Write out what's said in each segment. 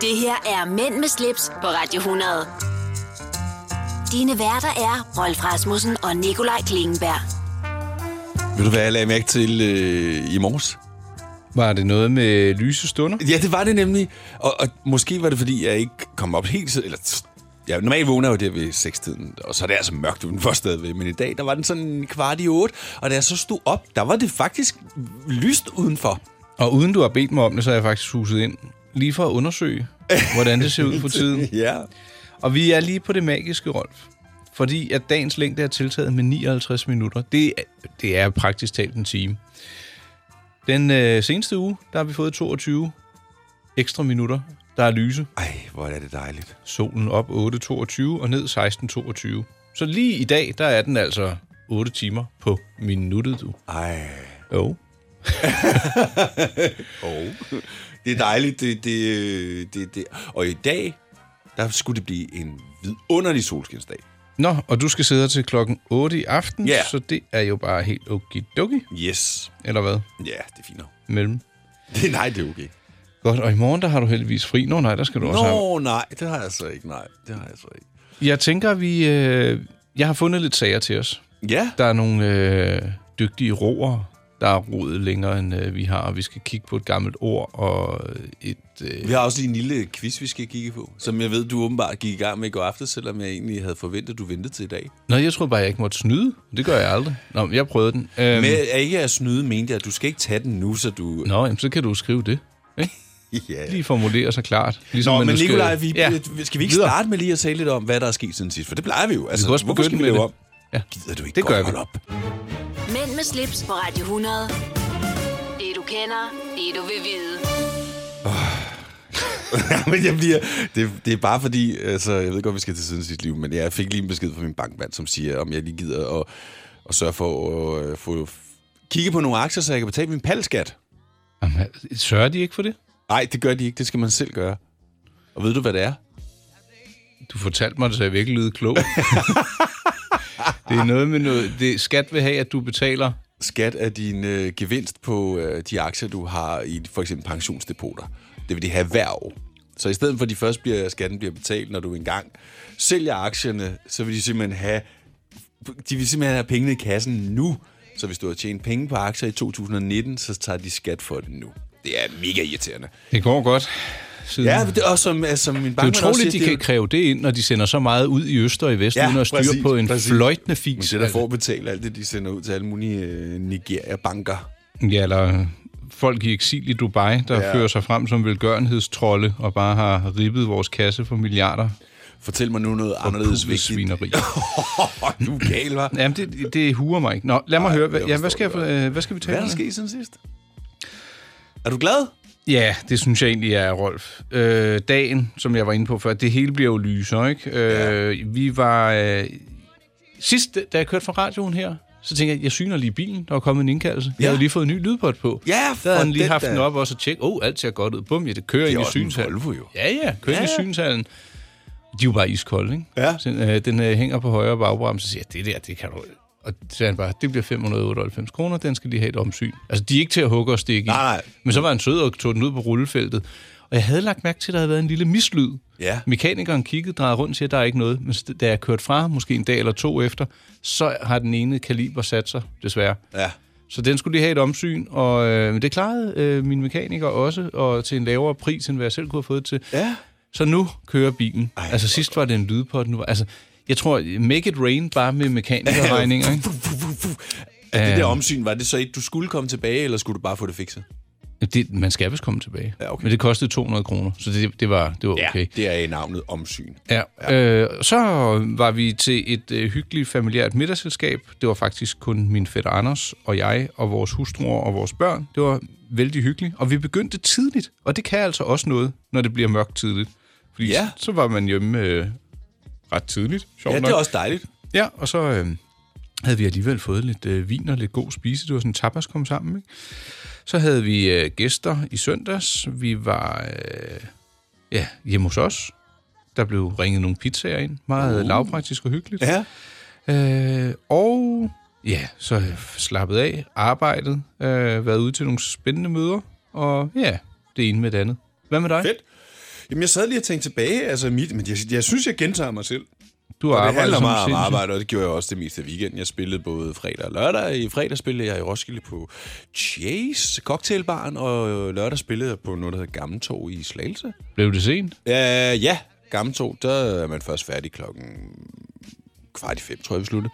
Det her er Mænd med slips på Radio 100. Dine værter er Rolf Rasmussen og Nikolaj Klingenberg. Ved du, hvad jeg lagde mærke til øh, i morges? Var det noget med lyse stunder? Ja, det var det nemlig. Og, og måske var det, fordi jeg ikke kom op helt... så- Eller, tss, ja, normalt vågner jeg jo der ved 6-tiden, og så er det altså mørkt udenfor stadigvæk. Men i dag, der var den sådan kvart i 8, og da jeg så stod op, der var det faktisk lyst udenfor. Og uden du har bedt mig om det, så er jeg faktisk huset ind. Lige for at undersøge, hvordan det ser ud for tiden. Ja. Og vi er lige på det magiske, Rolf. Fordi at dagens længde er tiltaget med 59 minutter. Det er, det er praktisk talt en time. Den øh, seneste uge, der har vi fået 22 ekstra minutter. Der er lyse. Ej, hvor er det dejligt. Solen op 8.22 og ned 16.22. Så lige i dag, der er den altså 8 timer på minuttet, du. Ej. Jo. Det er dejligt. Det, det, det, det. Og i dag, der skulle det blive en vidunderlig solskinsdag. Nå, og du skal sidde her til klokken 8 i aften, Ja. så det er jo bare helt okidoki, Yes. eller hvad? Ja, det er fint. nok. Mellem. Det, nej, det er okay. Godt, og i morgen, der har du heldigvis fri. Nå nej, der skal du også have. Nå, nej, det har jeg så ikke. Nej, det har jeg så ikke. Jeg tænker, vi... Øh, jeg har fundet lidt sager til os. Ja. Der er nogle øh, dygtige roer, der er rodet længere, end øh, vi har, og vi skal kigge på et gammelt ord og et... Øh, Vi har også lige en lille quiz, vi skal kigge på, som jeg ved, du åbenbart gik i gang med i går aftes, selvom jeg egentlig havde forventet, at du ventede til i dag. Nå, jeg tror bare, jeg ikke måtte snyde. Det gør jeg aldrig. Nå, men jeg prøvede den. Øhm, Men er ikke at snyde, mente jeg, at du skal ikke tage den nu, så du... Nå, jamen, så kan du skrive det. Ikke? Ja. Lige formulere sig klart. Ligesom, Nå, men man nu skal- Nikolaj, vi, Ja. ja. skal vi ikke Videre. starte med lige at tale lidt om, hvad der er sket siden sidst? For det plejer vi jo. Altså, kan også hvorfor skal begynde vi med lave det. om? Ja. Gider du ikke Det det gør gør godt vi. holde op? Mænd med slips på Radio 100. Det du kender, det du vil vide. men jeg bliver, det, det er bare fordi, altså, jeg ved godt, vi skal til siden sit liv, men jeg fik lige en besked fra min bankmand, som siger, om jeg lige gider at, at sørge for at øh, få kigge på nogle aktier, så jeg kan betale min palskat. Jamen, sørger de ikke for det? Nej, det gør de ikke. Det skal man selv gøre. Og ved du, hvad det er? Du fortalte mig det, så jeg virkelig lyder klog. det er noget med noget... Det, skat vil have, at du betaler... Skat af din øh, gevinst på øh, de aktier, du har i for eksempel pensionsdepoter. Det vil de have hver år. Så i stedet for, at de først bliver, skatten bliver betalt, når du engang sælger aktierne, så vil de simpelthen have, de vil simpelthen have pengene i kassen nu. Så hvis du har tjent penge på aktier i 2019, så tager de skat for det nu. Det er mega irriterende. Det går godt. Siden. Ja, men det, og som, altså, min Det er bankmand også utroligt, de siger, det er- kan kræve det ind, når de sender så meget ud i øst og i vest, ja, Ja, uden at styre præcis, på en præcis. fløjtende fis. Men det, der får betalt alt det, de sender ud til alle mulige øh, Nigeria-banker. Ja, eller folk i eksil i Dubai, der ja. Ja. fører sig frem som velgørenhedstrolle og bare har ribbet vores kasse for milliarder. Fortæl mig nu noget anderledes vigtigt. Svineri. du er gal, hva'? Jamen, det, det huer mig ikke. Nå, lad mig Ej, høre. Hvad, jeg ja, hvad, forstår skal jeg, det øh, hvad skal vi tale Hvad er om? der sket siden sidst? Er du glad? Ja, det synes jeg egentlig er, Rolf. Øh, dagen, som jeg var inde på før, det hele bliver jo lysere, ikke? Øh, Vi var... Øh, sidst, da jeg kørte fra radioen her, så tænkte jeg, jeg syner lige bilen, der var kommet en indkaldelse. Ja. Jeg Ja. havde lige fået en ny lydbot på. Ja, Der havde for den lige den haft den da. op og så tjekket, åh, oh, alt ser godt ud. Bum, ja, det kører ind i også en synshallen. Volvo jo. Ja, ja, kører ja, ind i Ja, ja. synshallen. De er jo bare iskolde, ikke? Ja. Så, øh, den øh, hænger på højre bagbremse, så siger jeg, det der, det kan du... Og så sagde han bare, det bliver 598 kroner, den skal lige have et omsyn. Altså, de er ikke til at hugge og stikke i. Nej, nej. Men så var han sød og tog den ud på rullefeltet. Og jeg havde lagt mærke til, at der havde været en lille mislyd. Ja. Mekanikeren kiggede, drejede rundt til, at der er ikke noget. Men s- da jeg kørte fra, måske en dag eller to efter, så har den ene kaliber sat sig, desværre. Ja. Så den skulle lige have et omsyn, og øh, men det klarede øh, min mekaniker også, og til en lavere pris, end hvad jeg selv kunne have fået det til. Ja. Så nu kører bilen. Ej, altså sidst var det en lydpot, nu var, altså jeg tror, make it rain bare med mekanikerregninger, ikke? Øhm. Fu, fu, fu, fu. Er det der omsyn, var det så et, du skulle komme tilbage, eller skulle du bare få det fikset? Det, man skal vist komme tilbage. Ja, okay. Men det kostede 200 kroner, så det, det, var, det var okay. Det er i navnet omsyn. Ja. Øh, så var vi til et øh, hyggeligt familiært middagsselskab. Det var faktisk kun min fætter Anders og jeg og vores hustruer og vores børn. Det var vældig hyggeligt. Og vi begyndte tidligt, og det kan altså også noget, når det bliver mørkt tidligt. Fordi Ja. så var man hjemme øh, ret tidligt. Sjovt Ja, nok. det er også dejligt. Ja, og så øh, havde vi alligevel fået lidt øh, vin og lidt god spise. Det var sådan tapas kom sammen, ikke? Så havde vi øh, gæster i søndags. Vi var øh, ja, hjemme hos os. Der blev ringet nogle pizzaer ind. Meget uh. lavpraktisk og hyggeligt. Ja. Øh, og ja, så har jeg slappet af, arbejdet, øh, været ude til nogle spændende møder. Og ja, det ene med det andet. Hvad med dig? Fedt. Jamen, jeg sad lige og tænkte tilbage, altså mit, men jeg, jeg synes, jeg gentager mig selv. Du Og det arbejder handler som meget om sindssyg. arbejde, og det gjorde jeg også det meste af weekenden. Jeg spillede både fredag og lørdag. I fredag spillede jeg i Roskilde på Chase Cocktailbaren, og lørdag spillede jeg på noget, der hedder Gammeltorv i Slagelse. Blev det sent? Ja, ja. Gammeltorv, der er man først færdig klokken kvart i fem, tror jeg, vi sluttede.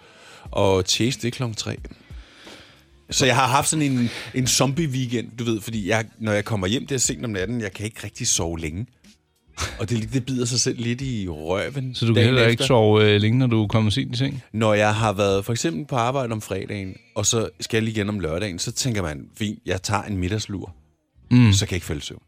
Og Chase, det er klokken tre. Så jeg har haft sådan en, en zombie-weekend, du ved, fordi jeg, når jeg kommer hjem, det er sent om natten, jeg kan ikke rigtig sove længe. Og det, det bider sig selv lidt i røven. Så du kan dagen heller ikke efter. sove øh, længe, når du kommer sent i seng? Når jeg har været for eksempel på arbejde om fredagen, og så skal jeg lige igen om lørdagen, så tænker man, fint, jeg tager en middagslur, mm. så kan jeg ikke falde i søvn.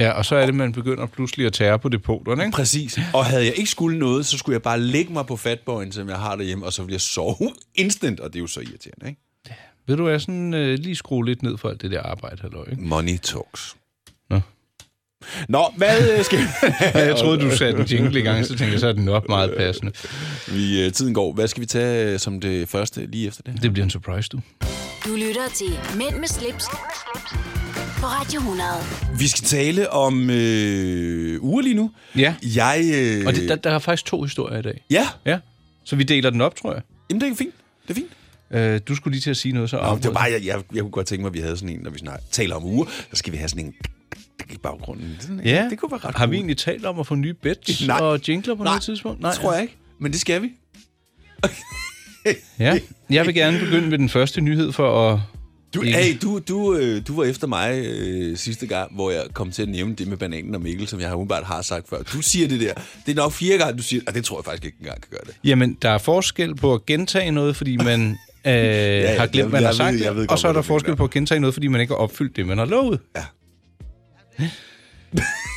Ja, og så er det, man begynder pludselig at tære på depoterne, ikke? Præcis. Og havde jeg ikke skulle noget, så skulle jeg bare lægge mig på fatbøjen, som jeg har derhjemme, og så ville jeg sove instant, og det er jo så irriterende, ikke? Ved du, jeg sådan øh, lige skrue lidt ned for alt det der arbejde, halløj, ikke? Money talks. Nå. Nå, hvad øh, skal Ja, jeg troede, du satte en jingle i gang, så tænkte jeg, så er den nok meget passende. vi... Øh, tiden går. Hvad skal vi tage øh, som det første lige efter det? Det bliver en surprise, du. Du lytter til Mænd med slips, Mænd med slips. på Radio 100. Vi skal tale om øh, uger lige nu. Ja. Jeg... Øh, Og det, der, der er faktisk to historier i dag. Ja, Ja. Så vi deler den op, tror jeg. jamen det er fint. Det er fint. Øh, du skulle lige til at sige noget, så Nå, det var afbrød bare, jeg, jeg, jeg kunne godt tænke mig, at vi havde sådan en, når vi snart taler om uger, så skal vi have sådan en i baggrunden. Sådan en- jeg. Ja, det kunne være ret Har vi cool. egentlig talt om at få nye bets Nej. og jingler på Nej, noget tidspunkt? Nej, tror jeg ikke. Men det skal vi. Ja. Jeg vil gerne begynde med den første nyhed for at... Du, Ikke. hey, du, du, øh, du var efter mig øh, sidste gang, hvor jeg kom til at nævne det med bananen og Mikkel, som jeg har umiddelbart har sagt før. Du siger det der. Det er nok fire gange, du siger det. Og det tror jeg faktisk ikke engang kan gøre det. Jamen, der er forskel på at gentage noget, fordi man øh, ja, har jeg- glemt, hvad man jeg har ved- sagt, jeg ved godt, og så er hvad der du forskel mener. på at gentage noget, fordi man ikke har opfyldt det, man har lovet.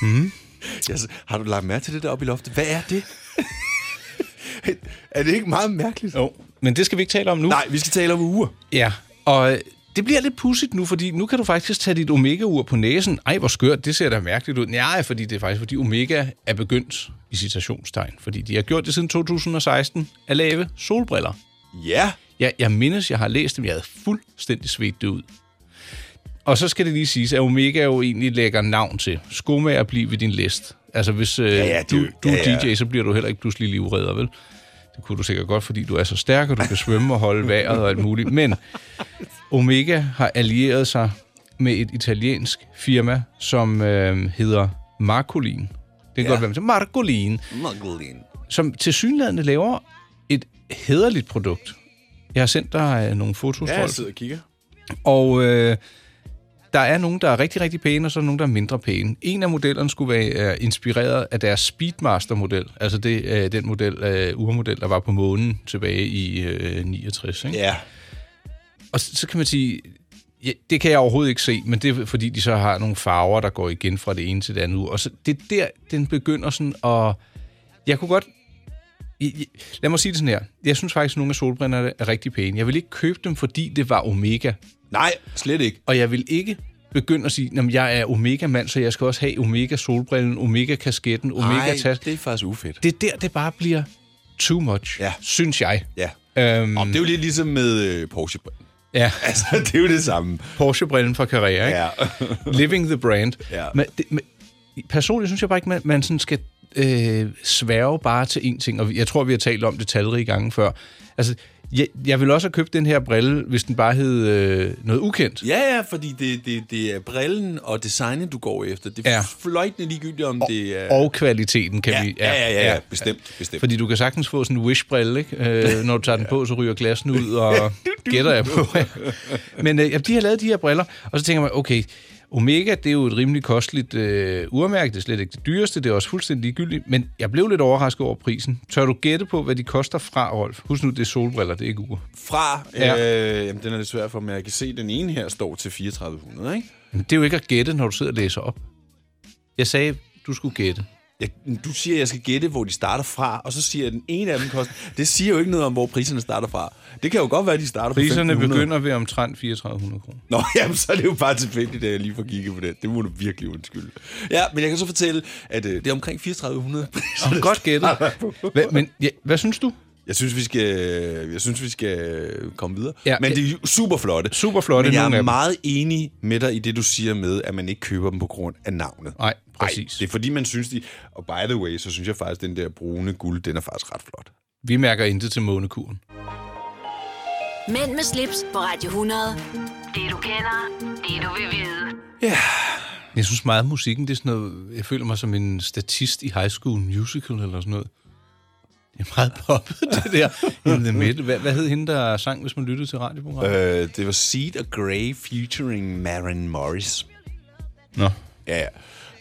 Mm. Jeg, s- har du lagt mærke til det der oppe i loftet? Hvad er det? er det ikke meget mærkeligt? Jo. Men det skal vi ikke tale om nu. Nej, vi skal tale om uger. Ja, og øh, det bliver lidt pudsigt nu, fordi nu kan du faktisk tage dit omega-ur på næsen. Ej, hvor skørt, det ser da mærkeligt ud. Nej, fordi det er faktisk, fordi omega er begyndt i citationstegn. Fordi de har gjort det siden 2016 at lave solbriller. Ja. Ja, jeg mindes, jeg har læst dem. Jeg havde fuldstændig svedt det ud. Og så skal det lige siges, at Omega jo egentlig lægger navn til. Skomager at blive ved din list. Altså, hvis øh, ja, ja, det ja, er du, jo- du ja, er ja. DJ, så bliver du heller ikke pludselig livredder, vel? Det kunne du sikkert godt, fordi du er så stærk, og du kan svømme og holde vejret og alt muligt. Men Omega har allieret sig med et italiensk firma, som øh, hedder Marcolin. Det kan ja. godt være, man siger, Marcolin Mugglin. som til synlædende laver et hederligt produkt. Jeg har sendt dig øh, nogle fotos, Ja, ja, jeg sidder og kigger. og øh, der er nogen, der er rigtig, rigtig pæne, og så er nogen, der er mindre pæne. En af modellerne skulle være øh, inspireret af deres Speedmaster-model, altså det, øh, den model, øh, urmodel, der var på månen tilbage i øh, 69. Ikke? Ja. Og så, så kan man sige, ja, det kan jeg overhovedet ikke se, men det er fordi, de så har nogle farver, der går igen fra det ene til det andet ud. Og så, det er der, den begynder sådan at... Jeg kunne godt... I- I- Lad mig sige det sådan her. Jeg synes faktisk, at nogle af solbrillerne er rigtig pæne. Jeg vil ikke købe dem, fordi det var Omega. Nej, slet ikke. Og jeg vil ikke begynde at sige, at jeg er Omega-mand, så jeg skal også have Omega-solbrillen, Omega-kasketten, Omega-tasken. det er faktisk ufedt. Det er der, det bare bliver too much, Ja. synes jeg. Ja. Øhm, Om, det er jo lidt ligesom med øh, Porsche. ja, Altså, det er jo det samme. Porsche-brillen fra Carrera, ikke? Ja. Living the brand. Ja. Men, det, men, personligt synes jeg bare ikke, man, man sådan skal øh, sværge bare til én ting, og jeg tror, vi har talt om det talrige gange før. Altså, jeg, jeg ville også have købt den her brille, hvis den bare hed øh, noget ukendt. ja, ja, fordi det, det, det er brillen og designet, du går efter. Det er Ja. ja. fløjtende ligegyldigt, om det er... Og kvaliteten kan ja, vi... ja, ja, ja, ja, bestemt, bestemt. Fordi du kan sagtens få sådan en wish-brille, ikke? Øh, når du tager den på, så ryger glassen ud, og gætter jeg på. Men øh, jamen, de har lavet de her briller, og så tænker man, okay, Omega, det er jo et rimelig kosteligt øh, urmærke, det er slet ikke det dyreste, det er også fuldstændig ligegyldigt, men jeg blev lidt overrasket over prisen. Tør du gætte på, hvad de koster fra, Rolf? Husk nu, det er solbriller, det er ikke ure. Fra, Ja. ja. øh, jamen, den er lidt svær for, men jeg kan se, at den ene her står til 3400, ikke? Men det er jo ikke at gætte, når du sidder og læser op. Jeg sagde, du skulle gætte. Jeg, du siger, at jeg skal gætte, hvor de starter fra, og så siger jeg, at den ene af dem koster... Det siger jo ikke noget om, hvor priserne starter fra. Det kan jo godt være, at de starter Priserne fra 1500. begynder ved omtrent 3400 kroner. Nå, jamen, så er det jo bare tilfældigt, at jeg lige får kigget på det. Det må du virkelig undskylde. Ja, men jeg kan så fortælle, at øh, det er omkring 3400 priser. Så godt gættet. Hva, men ja, hvad synes du? Jeg synes, vi skal, jeg synes, vi skal komme videre. Ja, Ja, men det er jo super flotte. Superflotte, Men nogle jeg af er dem. meget enig med dig i det, du siger med, at man ikke køber dem på grund af navnet. Nej, præcis. det er fordi, man synes, de... Og by the way, så synes jeg faktisk, den der brune guld, den er faktisk ret flot. Vi mærker intet til månekuren. Mænd med slips på Radio 100. Det du kender, det du vil vide. Jeg synes meget, at musikken, det er sådan noget... Jeg føler mig som en statist i High School Musical eller sådan noget. Det er meget poppet, det der. In the middle. Hvad, hvad hed hende, der sang, hvis man lyttede til radioprogrammet? Øh, det var Seed og Grey featuring Maren Morris. Nå. Ja, ja.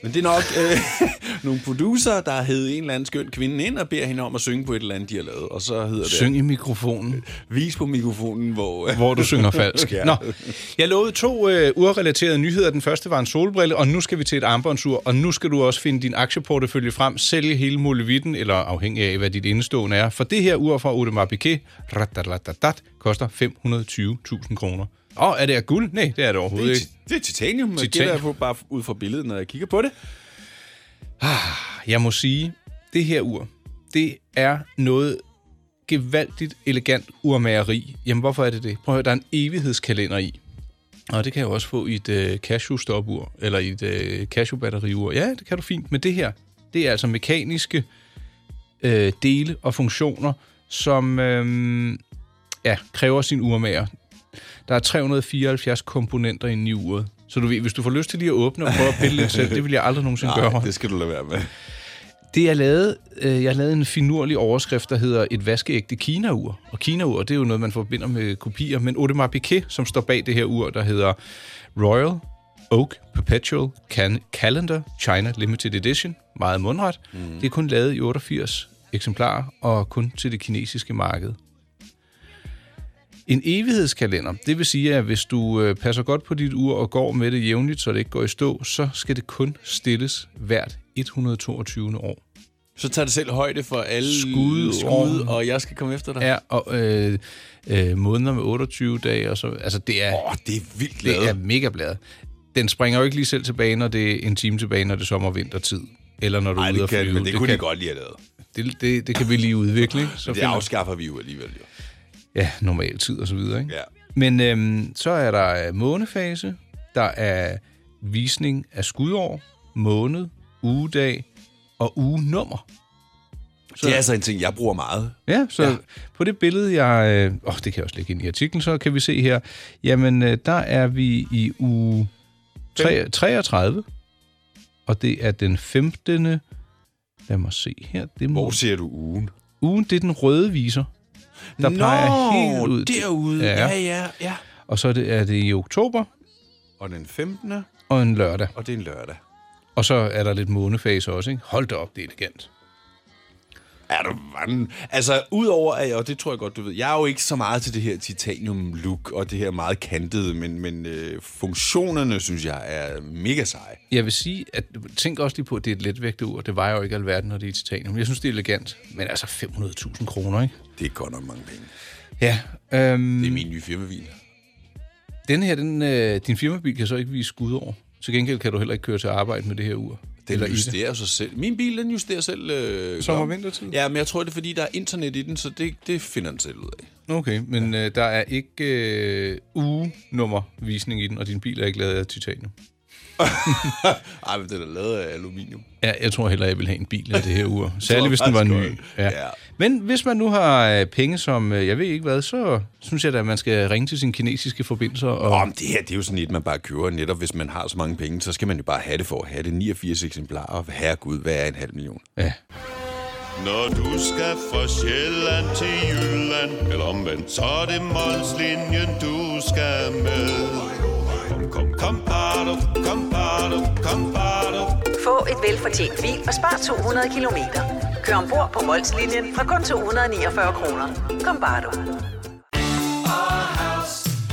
Men det er nok øh, nogle producer, der har hævet en eller anden skøn kvinde ind og beder hende om at synge på et eller andet, de har lavet. Og så hedder det... Syng i mikrofonen, Vis på mikrofonen, hvor... Øh, hvor du synger falsk. Ja. Nå, jeg lovede to øh, urrelaterede nyheder. Den første var en solbrille, og nu skal vi til et armbåndsur. Og nu skal du også finde din aktieportefølje frem, sælge hele molevitten, eller afhængig af, hvad dit indestående er. For det her ur fra Audemars Piguet, ratatatat, koster 520.000 kroner. Og er det af guld? Nej, det er det overhovedet det, er, ikke. ti- det er titanium, jeg Titanium. gætter jeg på, bare ud fra billedet, når jeg kigger på det. Jeg må sige, det her ur, det er noget gevaldigt elegant urmageri. Jamen, hvorfor er det det? Prøv at høre, der er en evighedskalender i. Og det kan jeg jo også få i et øh, Casio-stopur, eller i et øh, Casio-batteriur. Ja, det kan du fint, men det her, det er altså mekaniske øh, dele og funktioner, som øh, ja, kræver sin urmager. Der er 374 komponenter inde i uret. Så du ved, hvis du får lyst til lige at åbne og prøve at pille lidt selv, det vil jeg aldrig nogensinde gøre. Nej, det skal du lade være med. Det jeg lavede, øh, jeg lavede en finurlig overskrift, der hedder Et vaskeægte Kina-ur. Og Kina-ur, det er jo noget, man forbinder med kopier. Men Audemars Piguet, som står bag det her ur, der hedder Royal Oak Perpetual Can Calendar China Limited Edition. Meget mundret. Mm. Det er kun lavet i 88 eksemplarer, og kun til det kinesiske marked. En evighedskalender, det vil sige, at hvis du øh, passer godt på dit ur og går med det jævnligt, så det ikke går i stå, så skal det kun stilles hvert 122. år. Så tager det selv højde for alle Skud, skud orm. og jeg skal komme efter dig. Ja, og øh, øh, måneder med 28 dage og så. Altså, det er, Åh, oh, det er vildt det er lavet. mega bladet. Den springer jo ikke lige selv tilbage, når det er en time tilbage, når det er sommer- og vintertid. Eller når du Nej, er ude det at kan, flyve. men det, kunne kan, de godt lige have lavet. Det, det, det kan vi lige udvikle. ikke? Så Det finder- afskaffer vi jo alligevel. Jo. Ja, normal tid og så videre. Ikke? Ja. Men øhm, så er der øh, månefase, der er visning af skudår, måned, ugedag og ugenummer. Så. Det er altså en ting, jeg bruger meget. Ja, så Ja. ja. på det billede, jeg... Øh, åh, det kan jeg også lægge ind i artiklen, så kan vi se her. Jamen, øh, der er vi i uge tre- 33, og det er den 15. Lad mig se her. Det Hvor må, ser du ugen? ugen, det er den røde viser, der Nå, peger helt ud. til- derude. Ja. Ja. ja, ja, ja. Og så er det, er det i oktober Og den 15. og en lørdag. og det er en lørdag. Og så er der lidt månefase også, ikke? Hold da op, det er elegant. Er du vanden? Altså, udover at, og det tror jeg godt, du ved, jeg er jo ikke så meget til det her titanium-look og det her meget kantede, men, men øh, funktionerne, synes jeg, er mega seje. Jeg vil sige, at tænk også lige på, at det er et letvægtet ur. Det vejer jo ikke alverden, når det er titanium. Jeg synes, det er elegant. Men altså 500.000 kroner, ikke? Det er godt nok mange penge. Ja, øhm, Det er min nye firmabil. den her, den, øh, din firmabil kan så ikke vise skud over. Til gengæld kan du heller ikke køre til arbejde med det her ur. Den Eller justerer sig selv. Min bil, den justerer selv. Øh, Sommer- og klokken. vintertid? Ja, men jeg tror, det er, fordi der er internet i den, så det, det finder den selv ud af. Okay, men øh, der er ikke øh, ugenummervisning i den, og din bil er ikke lavet af titanium. Ej, men den er lavet af aluminium. Ja, jeg tror heller, jeg vil have en bil af det her ur. Særligt, hvis den var faktisk ny. godt. Ja. Ja. Men hvis man nu har øh, penge som, øh, jeg ved ikke hvad, så synes jeg da, at man skal ringe til sine kinesiske forbindelser. Og, Om det her, det er jo sådan et, man bare kører netop, hvis man har så mange penge, så skal man jo bare have det for at have det. 89 eksemplarer, herregud, hvad er en halv million? ja. Når du skal fra Sjælland til Jylland Eller omvendt, så er det Molslinjen, du skal med Kom, kom, kom, bado, kom, bado, kom, bado. Få et velfortjent bil og spar 200 kilometer. Kør ombord på Molslinjen fra kun 249 kroner. Kom bare du.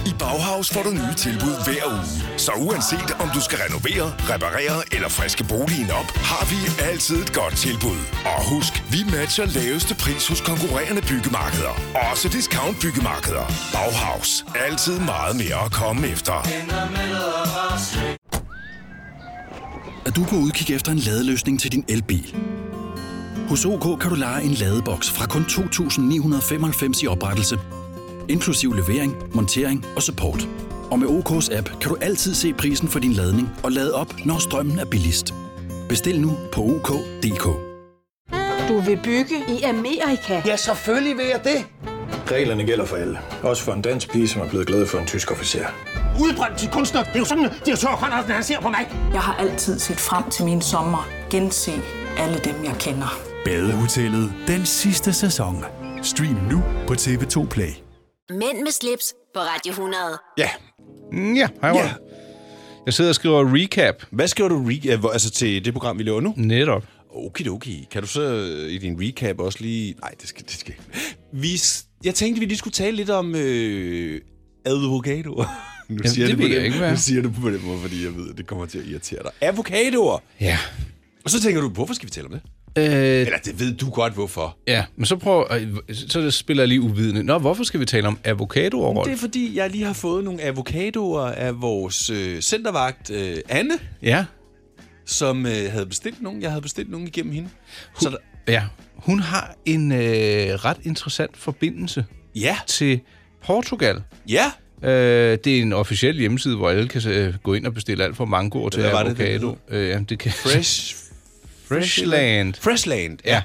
I Bauhaus får du nye tilbud hver uge. Så uanset om du skal renovere, reparere eller friske boligen op, har vi altid et godt tilbud. Og husk, vi matcher laveste pris hos konkurrerende byggemarkeder. Også discount byggemarkeder. Bauhaus. Altid meget mere at komme efter. at du kan udkigge efter en ladeløsning til din elbil. Hos OK kan du lege en ladeboks fra kun 2.995 i oprettelse, inklusiv levering, montering og support. Og med OK's app kan du altid se prisen for din ladning og lade op, når strømmen er billigst. Bestil nu på OK.dk. Du vil bygge i Amerika? Ja, selvfølgelig vil jeg det. Reglerne gælder for alle. Også for en dansk pige, som er blevet glad for en tysk officer. Udbrændt til kunstner. Det er jo sådan, at de har tørt, han ser på mig. Jeg har altid set frem til min sommer. Gense alle dem, jeg kender. Badehotellet den sidste sæson. Stream nu på TV2 Play. Mænd med slips på Radio 100. Ja. Ja, hej Ja. yeah. Jeg sidder og skriver recap. Hvad skriver du re- ja, hvor- altså, til det program, vi laver nu? Netop. Okidoki. Kan du så øh, i din recap også lige... Nej, det skal, det skal. Vi, s- jeg tænkte, vi lige skulle tale lidt om øh, advokatoer. Nu Jamen, det på ved jeg den- ikke, hvad er. Nu siger du på den måde, fordi jeg ved, at det kommer til at irritere dig. Avocadoer! Ja. Og så tænker du, hvorfor skal vi tale om det? Øh, Eller det ved du godt, hvorfor. ja, men så prøv... øh, Så spiller jeg lige uvidende. Nå, hvorfor skal vi tale om avocadoer, Rolf? Det er, fordi jeg lige har fået nogle avocadoer af vores øh, centervagt, øh, Anne, Ja. som øh, havde bestilt nogle. Jeg havde bestilt nogle igennem hende. Så der, ja. Hun har en øh, ret interessant forbindelse ja, til Portugal. ja. Øh, det er en officiel hjemmeside, hvor alle kan øh, gå ind og bestille alt fra mangoer til Hvad var det, det avocado. øh, ja, det kan... Fresh... Freshland. Freshland, ja. Ja.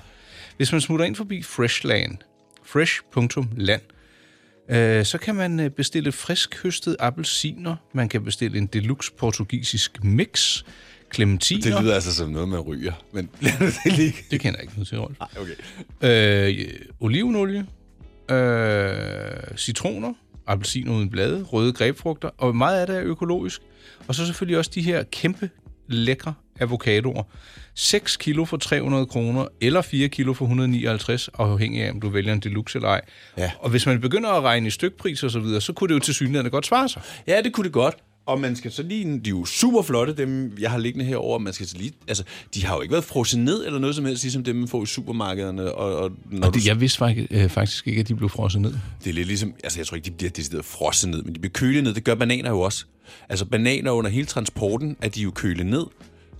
Hvis man smutter ind forbi Freshland, fresh.land, øh, så kan man øh, bestille frisk høstet appelsiner, man kan bestille en deluxe portugisisk mix, clementiner. Det lyder altså som noget, man ryger. Men lad nu det ligge. det kender jeg ikke noget til, Rolf. Okay. Øh, øh, olivenolie, øh, citroner, appelsiner uden blade, røde grebfrugter, og meget af det er økologisk. Og så selvfølgelig også de her kæmpe, lækre avocadoer. 6 kilo for 300 kroner, eller 4 kilo for 159, afhængig af, om du vælger en deluxe eller ej. Ja. Og hvis man begynder at regne i stykpris og så videre, så kunne det jo til synligheden godt svare sig. Ja, det kunne det godt. Og man skal så lige... De er jo super flotte, dem jeg har liggende herover. Man skal så lige... Altså, de har jo ikke været frosset ned eller noget som helst, ligesom dem, man får i supermarkederne. Og, og, når du- jeg vidste faktisk, øh, faktisk ikke, at de blev frosset ned. Det er lidt ligesom, altså jeg tror ikke, de bliver decideret frosset ned, men de bliver kølet ned. Det gør bananer jo også. Altså bananer under hele transporten, at de er jo kølet ned,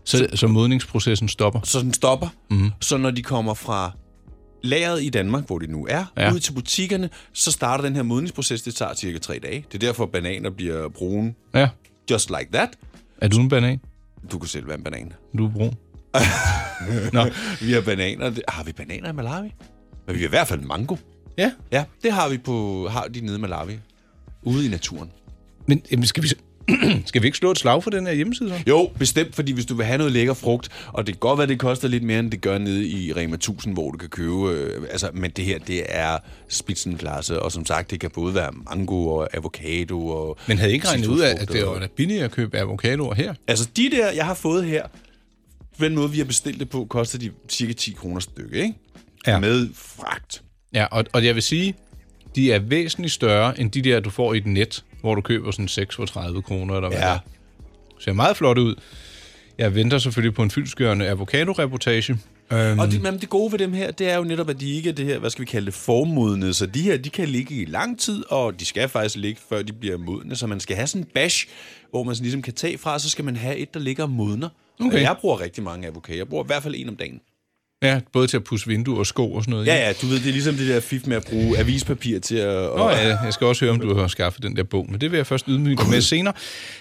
Så, så modningsprocessen stopper. så den stopper. Mm. Så når de kommer fra lageret i Danmark, hvor de nu er, Ja. ja. ud til butikkerne, så starter den her modningsproces. Det tager cirka tre dage. Det er derfor, bananer bliver brune Ja. just like that. Er du en banan? Du kunne selv være en banan. Du er brun. Nå. Vi har bananer. Har vi bananer i Malawi? Men vi har i hvert fald mango. Ja. Ja, det har vi på har de nede i Malawi. Ude i naturen. Men jamen, skal, vi, så- skal vi ikke slå et slag for den her hjemmeside så? Jo, bestemt, fordi hvis du vil have noget lækker frugt, og det kan godt være, det koster lidt mere, end det gør nede i Rema 1000, hvor du kan købe... Øh, altså, men det her, det er spitsenklasse, og som sagt, det kan både være mango og avocado og... Men havde I ikke regnet ud af, at det citrusfrugter. var da billigere at købe avocadoer her? Altså, de der, jeg har fået her, på den måde, vi har bestilt det på, koster de cirka 10 kroner stykke, ikke? Ja. Med fragt. Ja, og, og jeg vil sige, de er væsentligt større end de der, du får i et net, hvor du køber sådan 6 for 30 kroner eller hvad det Ja. er. Ser meget flot ud. Jeg venter selvfølgelig på en fyldskørende avocado-reportage. Øhm, Og det, men det gode ved dem her, det er jo netop, at de ikke er det her, hvad skal vi kalde det, formodne. Så de her, de kan ligge i lang tid, og de skal faktisk ligge, før de bliver modne. Så man skal have sådan en bash, hvor man sådan ligesom kan tage fra, og så skal man have et, der ligger og modner. Okay. Okay. Jeg bruger rigtig mange avocadoer. Jeg bruger i hvert fald en om dagen. ja, både til at pusse vinduer og sko og sådan noget. Ja, ja, du ved, det er ligesom det der fif med at bruge avispapir til at... Og, Nå, ja, jeg skal også høre, om du har skaffet den der bog, men det vil jeg først ydmyge dig med senere.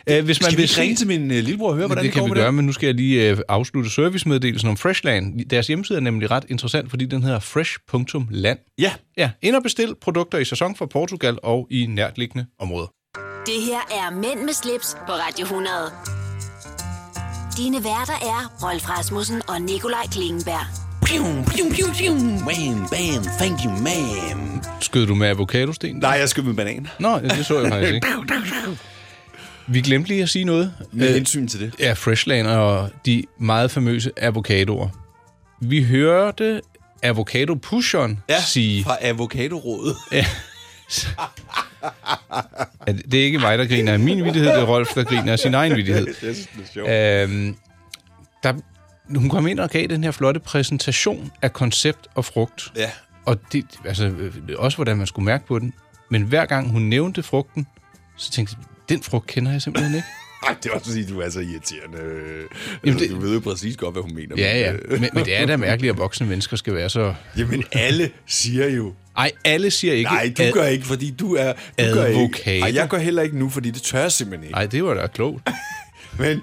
Øh, hvis man Skal vi vil ikke ringe se- til min uh, lillebror og høre, hvordan Hvordan det går kan vi med gøre, men nu skal jeg lige øh, afslutte servicemeddelelsen om Freshland. Deres hjemmeside er nemlig ret interessant, fordi den hedder fresh.land. Ja, Ja, ind og bestil produkter i sæson fra Portugal og i nærtliggende områder. Det her er Mænd med slips på Radio 100. Dine værter er Rolf Rasmussen og Nikolaj Klingenberg. Skød du med avocadosten? nej, jeg skal med banan. Nå, ja, det så jeg faktisk ikke. Vi glemte lige at sige noget. Øh, Med hensyn til det. Ja, Freshland og de meget famøse avocadoer. Vi hørte avocado pusheren ja. sige... fra avocadorådet. at det er ikke mig, der griner af min vittighed, det er Rolf, der griner af sin egen vittighed. Øhm, der, hun kom ind og gav den her flotte præsentation af koncept og frugt. Ja. Og det, altså, øh, også hvordan man skulle mærke på den. Men hver gang hun nævnte frugten, så tænkte jeg, den frugt kender jeg simpelthen ikke. Ej, det var også fordi, du er så irriterende. Jamen, Jamen, det... det- Du ved jo præcis godt, hvad hun mener. Ja, ja. øh, Men, men det er da mærkeligt, at voksne mennesker skal være så... Jamen, alle siger jo... Ej, alle siger ikke... Nej, du ad- gør ikke, fordi du er... Du gør Advokat. ikke. Ej, jeg gør heller ikke nu, fordi det tør jeg simpelthen ikke. Ej, det var da klogt. Men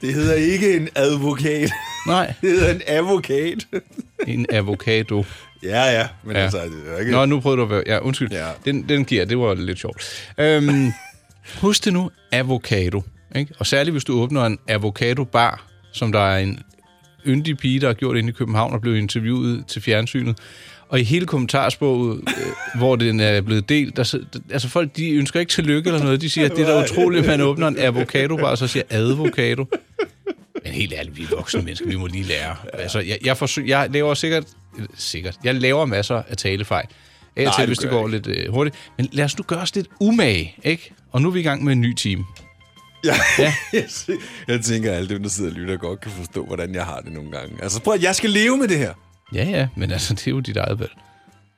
Det hedder ikke en advokat. Nej. Det hedder en advokat. En avocado. Ja, ja. Men ja. altså, det er ikke... Nå, nu prøvede du at være... Ja, undskyld. Ja. Den, den giver, det var lidt sjovt. Øhm, husk det nu, avocado. Ikke? Og særligt, hvis du åbner en avocado-bar, som der er en yndig pige, der har gjort inde i København og blev interviewet til fjernsynet. Og i hele kommentarsproget, øh, hvor den er blevet delt, der, sid- altså folk, de ønsker ikke tillykke eller noget. De siger, at det er da utroligt, at man åbner en avocado-bar, og så siger advokado. Men helt ærligt, vi er voksne mennesker, vi må lige lære. Altså, jeg, jeg, forsøg, jeg laver sikkert, eller sikkert, jeg laver masser af talefejl. Af og Nej, til, du hvis det gør går lidt øh, hurtigt. Men lad os nu gøre os lidt umage, ikke? Og nu er vi i gang med en ny time. Ja. jeg tænker, at alle dem, der sidder og lytter, godt kan forstå, hvordan jeg har det nogle gange. Altså, prøv at jeg skal leve med det her. Ja, ja, men altså, det er jo dit eget valg.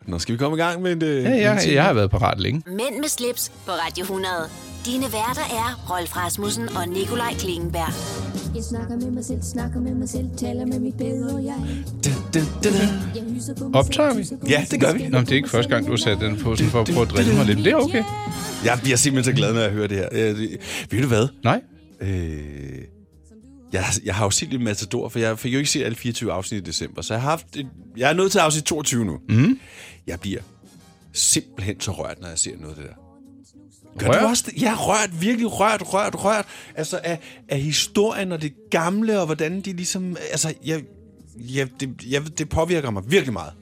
Nå, skal vi komme i gang med en... Ja, jeg, jeg har været parat længe. Mænd med slips på Radio 100. Dine værter er Rolf Rasmussen og Nikolaj Klingenberg. Jeg snakker med mig selv, snakker med mig selv, taler med mit bedre jeg. Jeg hyser på mig Optager vi? Ja, det gør vi. Nå, men det er ikke første gang, du har sat den på, sådan for at prøve at drille mig lidt. Men det er okay. Jeg bliver simpelthen så glad, når jeg hører det her. Øh, det- ved du hvad? Nej. Øh, jeg, jeg har jo set lidt Matador, for jeg fik jo ikke set alle 24 afsnit i december, så jeg har haft... et- Jeg er nået til afsnit 22 nu. Mm. Jeg bliver simpelthen så rørt, når jeg ser noget af det der. Gør Rørt? du også det? Jeg er rørt, virkelig rørt, rørt, rørt. Altså af, af historien og det gamle, og hvordan de ligesom... Altså, jeg, jeg, det, jeg, det påvirker mig virkelig meget.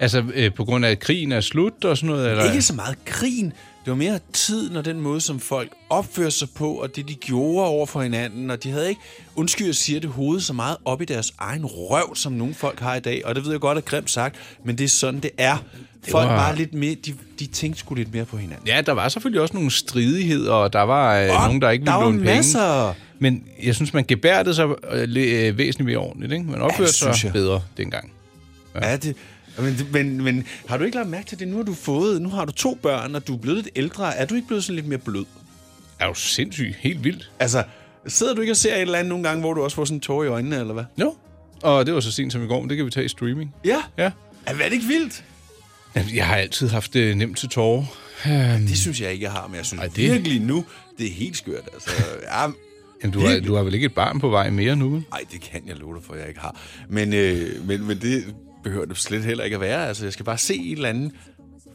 Altså, øh, på grund af, at krigen er slut og sådan noget? Eller? Ikke så meget krigen. Det var mere tiden og den måde, som folk opførte sig på, og det, de gjorde over for hinanden. Og de havde ikke, undskyld, jeg siger det, hovedet så meget op i deres egen røv, som nogle folk har i dag. Og det ved jeg godt er grimt sagt, men det er sådan, det er. Det folk var- var... bare lidt mere, de, de tænkte sgu lidt mere på hinanden. Ja, der var selvfølgelig også nogle stridigheder, og der var øh, nogen, der ikke der ville var låne penge. masser. Men jeg synes, man gebærdede sig øh, le- øh, væsentligt mere ordentligt. Ikke? Man opførte sig synes jeg. bedre dengang. Ja, ja det... Men, men, men har du ikke lagt mærke til det? Nu har du fået, nu har du to børn, og du er blevet lidt ældre. Er du ikke blevet sådan lidt mere blød? Er jo sindssyg. Helt vildt. Altså, sidder du ikke og ser et eller andet nogle gange, hvor du også får sådan en tår i øjnene, eller hvad? Jo. Og det var så sent som i går, men det kan vi tage i streaming. Ja. Ja. Er det ikke vildt? Jamen, Jeg har altid haft det nemt til tårer. Øhm, Det Mm. synes jeg ikke, jeg har, men jeg synes Ej, det- det... virkelig nu, det er helt skørt. Altså, ja, Jamen, du, har, du har vel ikke et barn på vej mere nu? vel? Nej, det kan jeg love dig for, jeg ikke har. Men, øh, men, men det behøver det slet heller ikke at være. Altså, jeg skal bare se et eller andet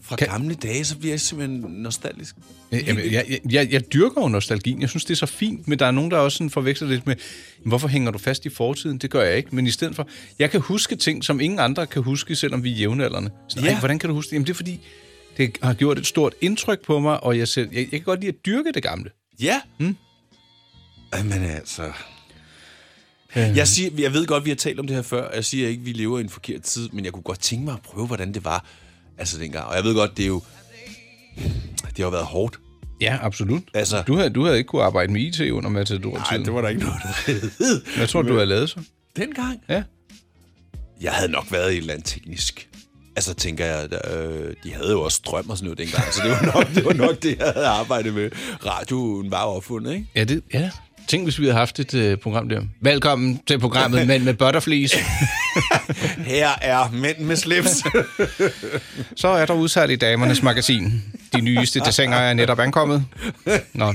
fra kan... gamle dage, så bliver jeg simpelthen nostalgisk. Øh, Jamen, jeg, jeg, jeg, jeg dyrker jo nostalgien. Jeg synes, det er så fint, men der er nogen, der også sådan forveksler lidt med, "Men hvorfor hænger du fast i fortiden? Det gør jeg ikke. Men i stedet for, jeg kan huske ting, som ingen andre kan huske, selvom vi er jævnaldrende. Sådan, Ja. ja. hvordan kan du huske det? Jamen, det er fordi, det har gjort et stort indtryk på mig, og jeg, selv, jeg, jeg kan godt lide at dyrke det gamle. Ja. Mm. Jamen altså... Jeg, siger, jeg ved godt, vi har talt om det her før, og jeg siger ikke, at vi lever i en forkert tid, men jeg kunne godt tænke mig at prøve, hvordan det var altså dengang. Og jeg ved godt, det er jo... Det har jo været hårdt. Ja, absolut. Altså, Du havde, du havde ikke kunne arbejde med IT under Matador-tiden. nej, det var der ikke noget, der hed. Hvad tror du, du havde lavet så? Dengang? Ja. Jeg havde nok været i et eller andet teknisk. Altså, tænker jeg, der, øh, de havde jo også strøm og sådan noget dengang, så det var nok det, var nok det jeg havde arbejdet med. Radioen var jo opfundet, ikke? Ja, det, ja. Tænk, hvis vi havde haft et øh, program der. Velkommen til programmet Mænd med Butterflies. Her er mænd med slips. Så er der udsat i damernes magasin. De nyeste dessiner er netop ankommet. Nå,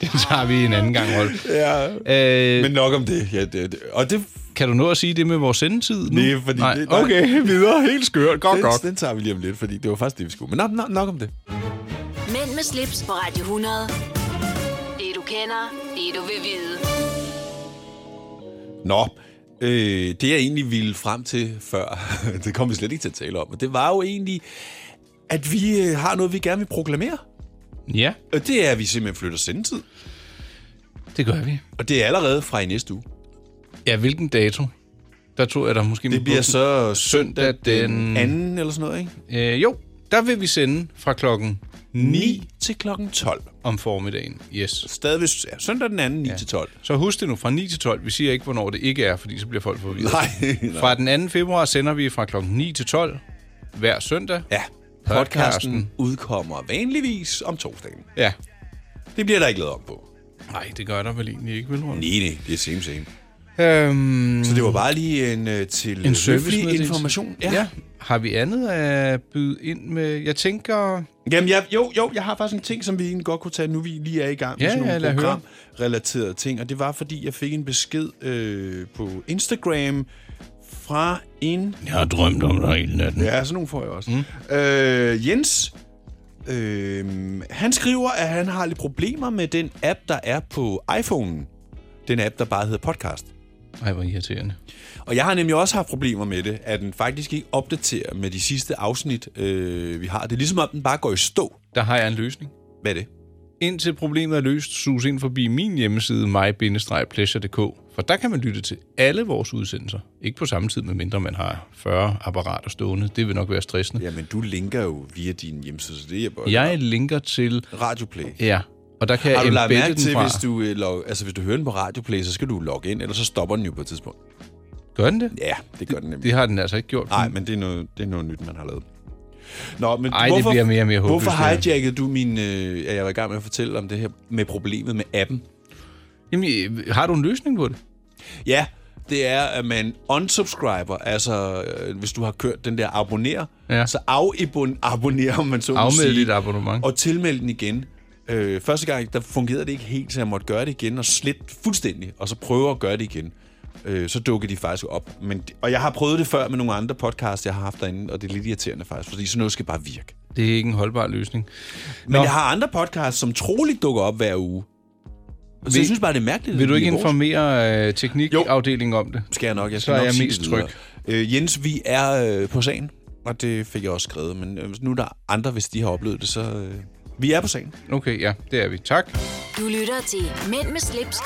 det tager vi en anden gang, Rolf. ja. Øh, Men nok om det. Ja, det, det. Og det, kan du nå at sige det med vores sendetid nu? det er fordi... Nej, det, okay, videre. Helt skørt. Godt, den, godt. Den tager vi lige om lidt, fordi det var faktisk det, vi skulle. Men nok, nok, nok om det. Mænd med slips på Radio 100. Det du kender, det du vil vide. Nå, øh, det jeg egentlig ville frem til før, det kom vi slet ikke til at tale om, men det var jo egentlig, at vi øh, har noget, vi gerne vil proklamere. Ja, Og det er, at vi simpelthen flytter sendetid. det gør vi. Og det er allerede fra i næste uge. Ja, hvilken dato? Der tror jeg, der måske... Det bliver så søndag den... anden eller sådan noget, ikke? Øh, jo, der vil vi sende fra klokken 9 til klokken 12. om formiddagen. Yes. Stadigvæk ja, søndag den anden 9 ja. til 12. Så husk det nu, fra 9 til 12. Vi siger ikke, hvornår det ikke er, fordi så bliver folk forvirret. Nej. Fra den 2. februar sender vi fra kl. 9 til 12 hver søndag. ja, podcasten udkommer vanligvis om torsdagen. Ja. Det bliver der ikke lavet om på. Nej, det gør der vel egentlig ikke, vel? Rolf? Nej, nej, det er same same. Øhm, Så det var bare lige en øh, til en høflig service information. Ja. ja. Har vi andet at byde ind med? Jeg tænker... Jamen, jeg, jo, jo, jeg har faktisk en ting, som vi egentlig godt kunne tage, nu vi lige er i gang med Ja, sådan ja, nogle lad høre. programrelaterede ting. Og det var, fordi jeg fik en besked øh, på Instagram fra en... Jeg har drømt om dig hele natten. Ja, sådan nogle får jeg også. Mm. Øh, Jens, øh, han skriver, at han har lidt problemer med den app, der er på iPhone'en. Den app, der bare hedder podcast. Ej, hvor irriterende. Og jeg har nemlig også haft problemer med det, at den faktisk ikke opdaterer med de sidste afsnit, øh, vi har. Det er ligesom om, den bare går i stå. Der har jeg en løsning. Hvad er det? Mm. Indtil problemet er løst, sus ind forbi min hjemmeside my-pleasure.dk, for der kan man lytte til alle vores udsendelser. Ikke på samme tid, medmindre man har 40 apparater stående. Det vil nok være stressende. Jamen, du linker jo via din hjemmeside, så det hjælper jo Jeg linker til... Radioplay. Ja, og der kan har jeg du lagt embedde mærke den til, fra. hvis du, øh, log, altså, hvis du hører den på Radioplay, så skal du logge ind, eller så stopper den jo på et tidspunkt. Gør den det? Ja, det gør den nemlig. Det har den altså ikke gjort. Nej, men det er, noget, det er noget nyt, man har lavet. Nå, men Ej, det bliver mere og mere håbløst, Hvorfor det her. hijackede du min... Øh, at jeg var i gang med at fortælle om det her med problemet med appen? Jamen, øh, har du en løsning på det? Ja, det er, at man unsubscriber, altså øh, hvis du har kørt den der abonner, ja. så afabonnerer, om man så må Afmeld sige, dit abonnement. og tilmeld den igen. Øh, første gang, der fungerede det ikke helt, så jeg måtte gøre det igen og slet fuldstændig, og så prøve at gøre det igen. Øh, så dukker de faktisk op. Men, og jeg har prøvet det før med nogle andre podcasts, jeg har haft derinde, og det er lidt irriterende faktisk, fordi sådan noget skal bare virke. Det er ikke en holdbar løsning. Men jeg har andre podcasts, som troligt dukker op hver uge. Så jeg synes bare, det er mærkeligt. Vil du at de ikke er vores. informere øh, teknikafdelingen om det? Skal jeg nok. Jeg skal Så er nok jeg sige mest det tryg. videre. Øh, Jens, vi er øh, på sagen, og det fik jeg også skrevet. Men øh, nu er der andre, hvis de har oplevet det, så... Øh, vi er på sagen. Okay, ja, det er vi. Tak. Du lytter til Mænd med slips, Mænd med slips.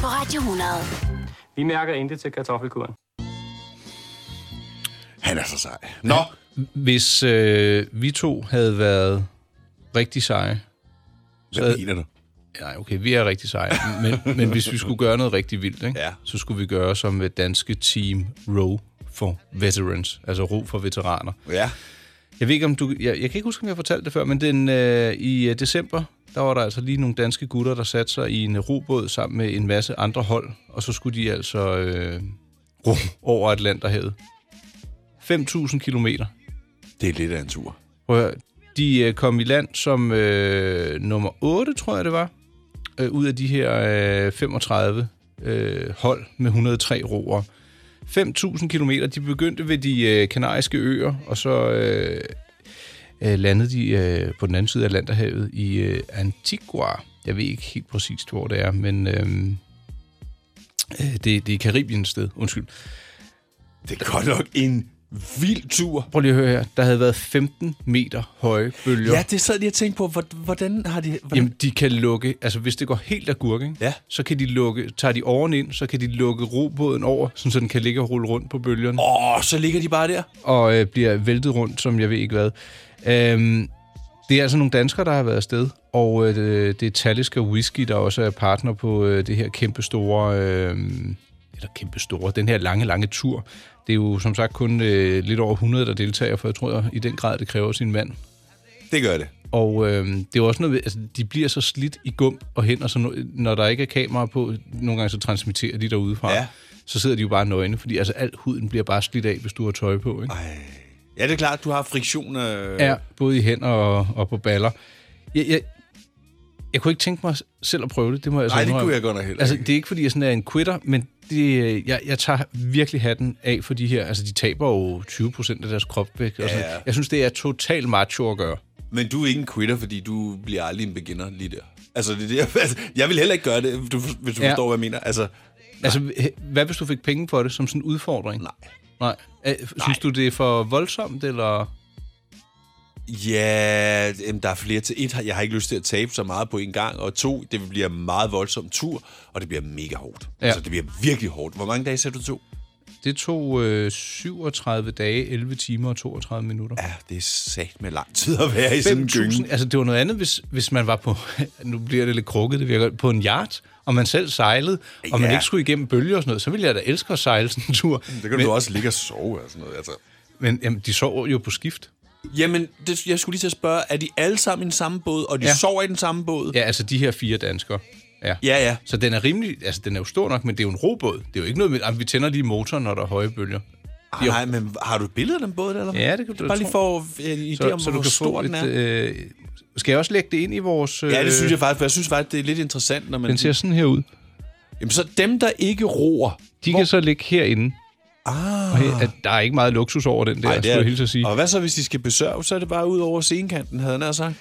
på Radio 100. Vi mærker intet til kartoffelkuren. Han er så sej. Nå. Hvis øh, vi to havde været rigtig seje... Hvad mener du? Nej, okay, vi er rigtig seje. Men, men hvis vi skulle gøre noget rigtig vildt, ikke? Ja. så skulle vi gøre som med danske team Row for Veterans. Altså Ro for Veteraner. Ja. Jeg ved ikke, om du... Jeg, jeg kan ikke huske, om jeg fortalte det før, men den, øh, i øh, december, der var der altså lige nogle danske gutter, der satte sig i en øh, robåd sammen med en masse andre hold, og så skulle de altså øh, ro over Atlanterhavet. 5.000 kilometer. Det er lidt af en tur. Prøv at høre. De øh, kom i land som øh, nummer 8, tror jeg det var, øh, ud af de her øh, 35 øh, hold med 103 roer. 5.000 kilometer. De begyndte ved de øh, kanariske øer, og så øh, øh, landede de øh, på den anden side af Atlanterhavet i øh, Antigua. Jeg ved ikke helt præcist, hvor det er, men øh, øh, det, det er i Karibien et sted. Undskyld. Det er godt nok en vild tur. Prøv lige at høre her. Der havde været 15 meter høje bølger. Ja, det sad lige og tænkte på, hvor- hvordan har de... Hvordan? Jamen, de kan lukke, altså hvis det går helt af gurk, ikke? Ja. så kan de lukke, tager de oven ind, så kan de lukke robåden over, sådan, så den kan ligge og rulle rundt på bølgerne. Åh, oh, så ligger de bare der. Og øh, bliver væltet rundt, som jeg ved ikke hvad. Øhm, det er altså nogle danskere, der har været afsted, og øh, det er Talisker Whisky, der også er partner på øh, det her kæmpe store, øh, eller kæmpe store, den her lange, lange tur. Det er jo som sagt kun øh, lidt over 100, der deltager, for jeg tror i den grad, det kræver sin mand. Det gør det. Og øh, det er jo også noget, ved- altså, de bliver så slidt i gump og hen, og så no, når der ikke er kamera på, nogle gange så transmitterer de derudefra. Ja. Så sidder de jo bare nøgne, fordi altså al huden bliver bare slidt af, hvis du har tøj på. Ikke? Ja, det er klart, du har friktion. Øh... Ja, både i hænder og, og på baller. Jeg, jeg, jeg kunne ikke tænke mig selv at prøve det, det må jeg Nej, det indrømme. kunne jeg godt nok heller Altså, ikke. det er ikke, fordi jeg sådan er en quitter, men det, øh, jeg, jeg tager virkelig hatten af for de her. Altså, de taber jo 20 procent af deres kropvægt. Ja. Og Ja, sådan. ja. Jeg synes, det er totalt macho at gøre. Men du er ikke en quitter, fordi du bliver aldrig en beginner lige der. Altså, det er det, jeg, altså, jeg vil heller ikke gøre det, du, hvis du ja. Ja. forstår, hvad jeg mener. Altså, Altså, h- hvad hvis du fik penge for det som sådan en udfordring? Nej. Nej. Øh, Synes Nej. du, det er for voldsomt, eller... Ja, jamen, der er flere til. Et, jeg har ikke lyst til at tabe så meget på en gang, og to, det bliver en meget voldsom tur, og det bliver mega hårdt. Ja. Ja. Altså, det bliver virkelig hårdt. Hvor mange dage sagde du to? Det tog øh, 37 dage, 11 timer og 32 minutter. Ja, det er sat med lang tid at være i sådan en gynge. Altså, det var noget andet, hvis, hvis man var på... Nu bliver det lidt krukket, det virker på en yacht, og man selv sejlede, og ja. man Ja. ikke skulle igennem bølger og sådan noget, så ville jeg da elske at sejle sådan en tur. Det kan du også ligge og sove og sådan noget. Altså. Men jamen, de sover jo på skift. Jamen, det, jeg skulle lige til at spørge, er de alle sammen i den samme båd, og de ja. Ja. sover i den samme båd? Ja, altså de her fire danskere. Ja. Ja, ja. Så den er rimelig, altså den er jo stor nok, men det er jo en robåd. Det er jo ikke noget med, at vi tænder lige motoren, når der er høje bølger. Ah, nej, men har du et billede af den båd, der, eller hvad? Ja, det kan du Bare lige tro. for en idé så, om, så du hvor kan stor få den et, er. øh, skal jeg også lægge det ind i vores... Øh, Ja, det synes jeg faktisk, for jeg synes faktisk, det er lidt interessant, når man... Den ser sådan her ud. Jamen, så dem, der ikke roer... De hvor... kan så ligge herinde. Ah. Og her, at der er ikke meget luksus over den der, Ej, Ej, det skulle jeg hilse at sige. Og hvad så, hvis de skal besørge? Så er det bare ud over scenekanten, havde han nær sagt.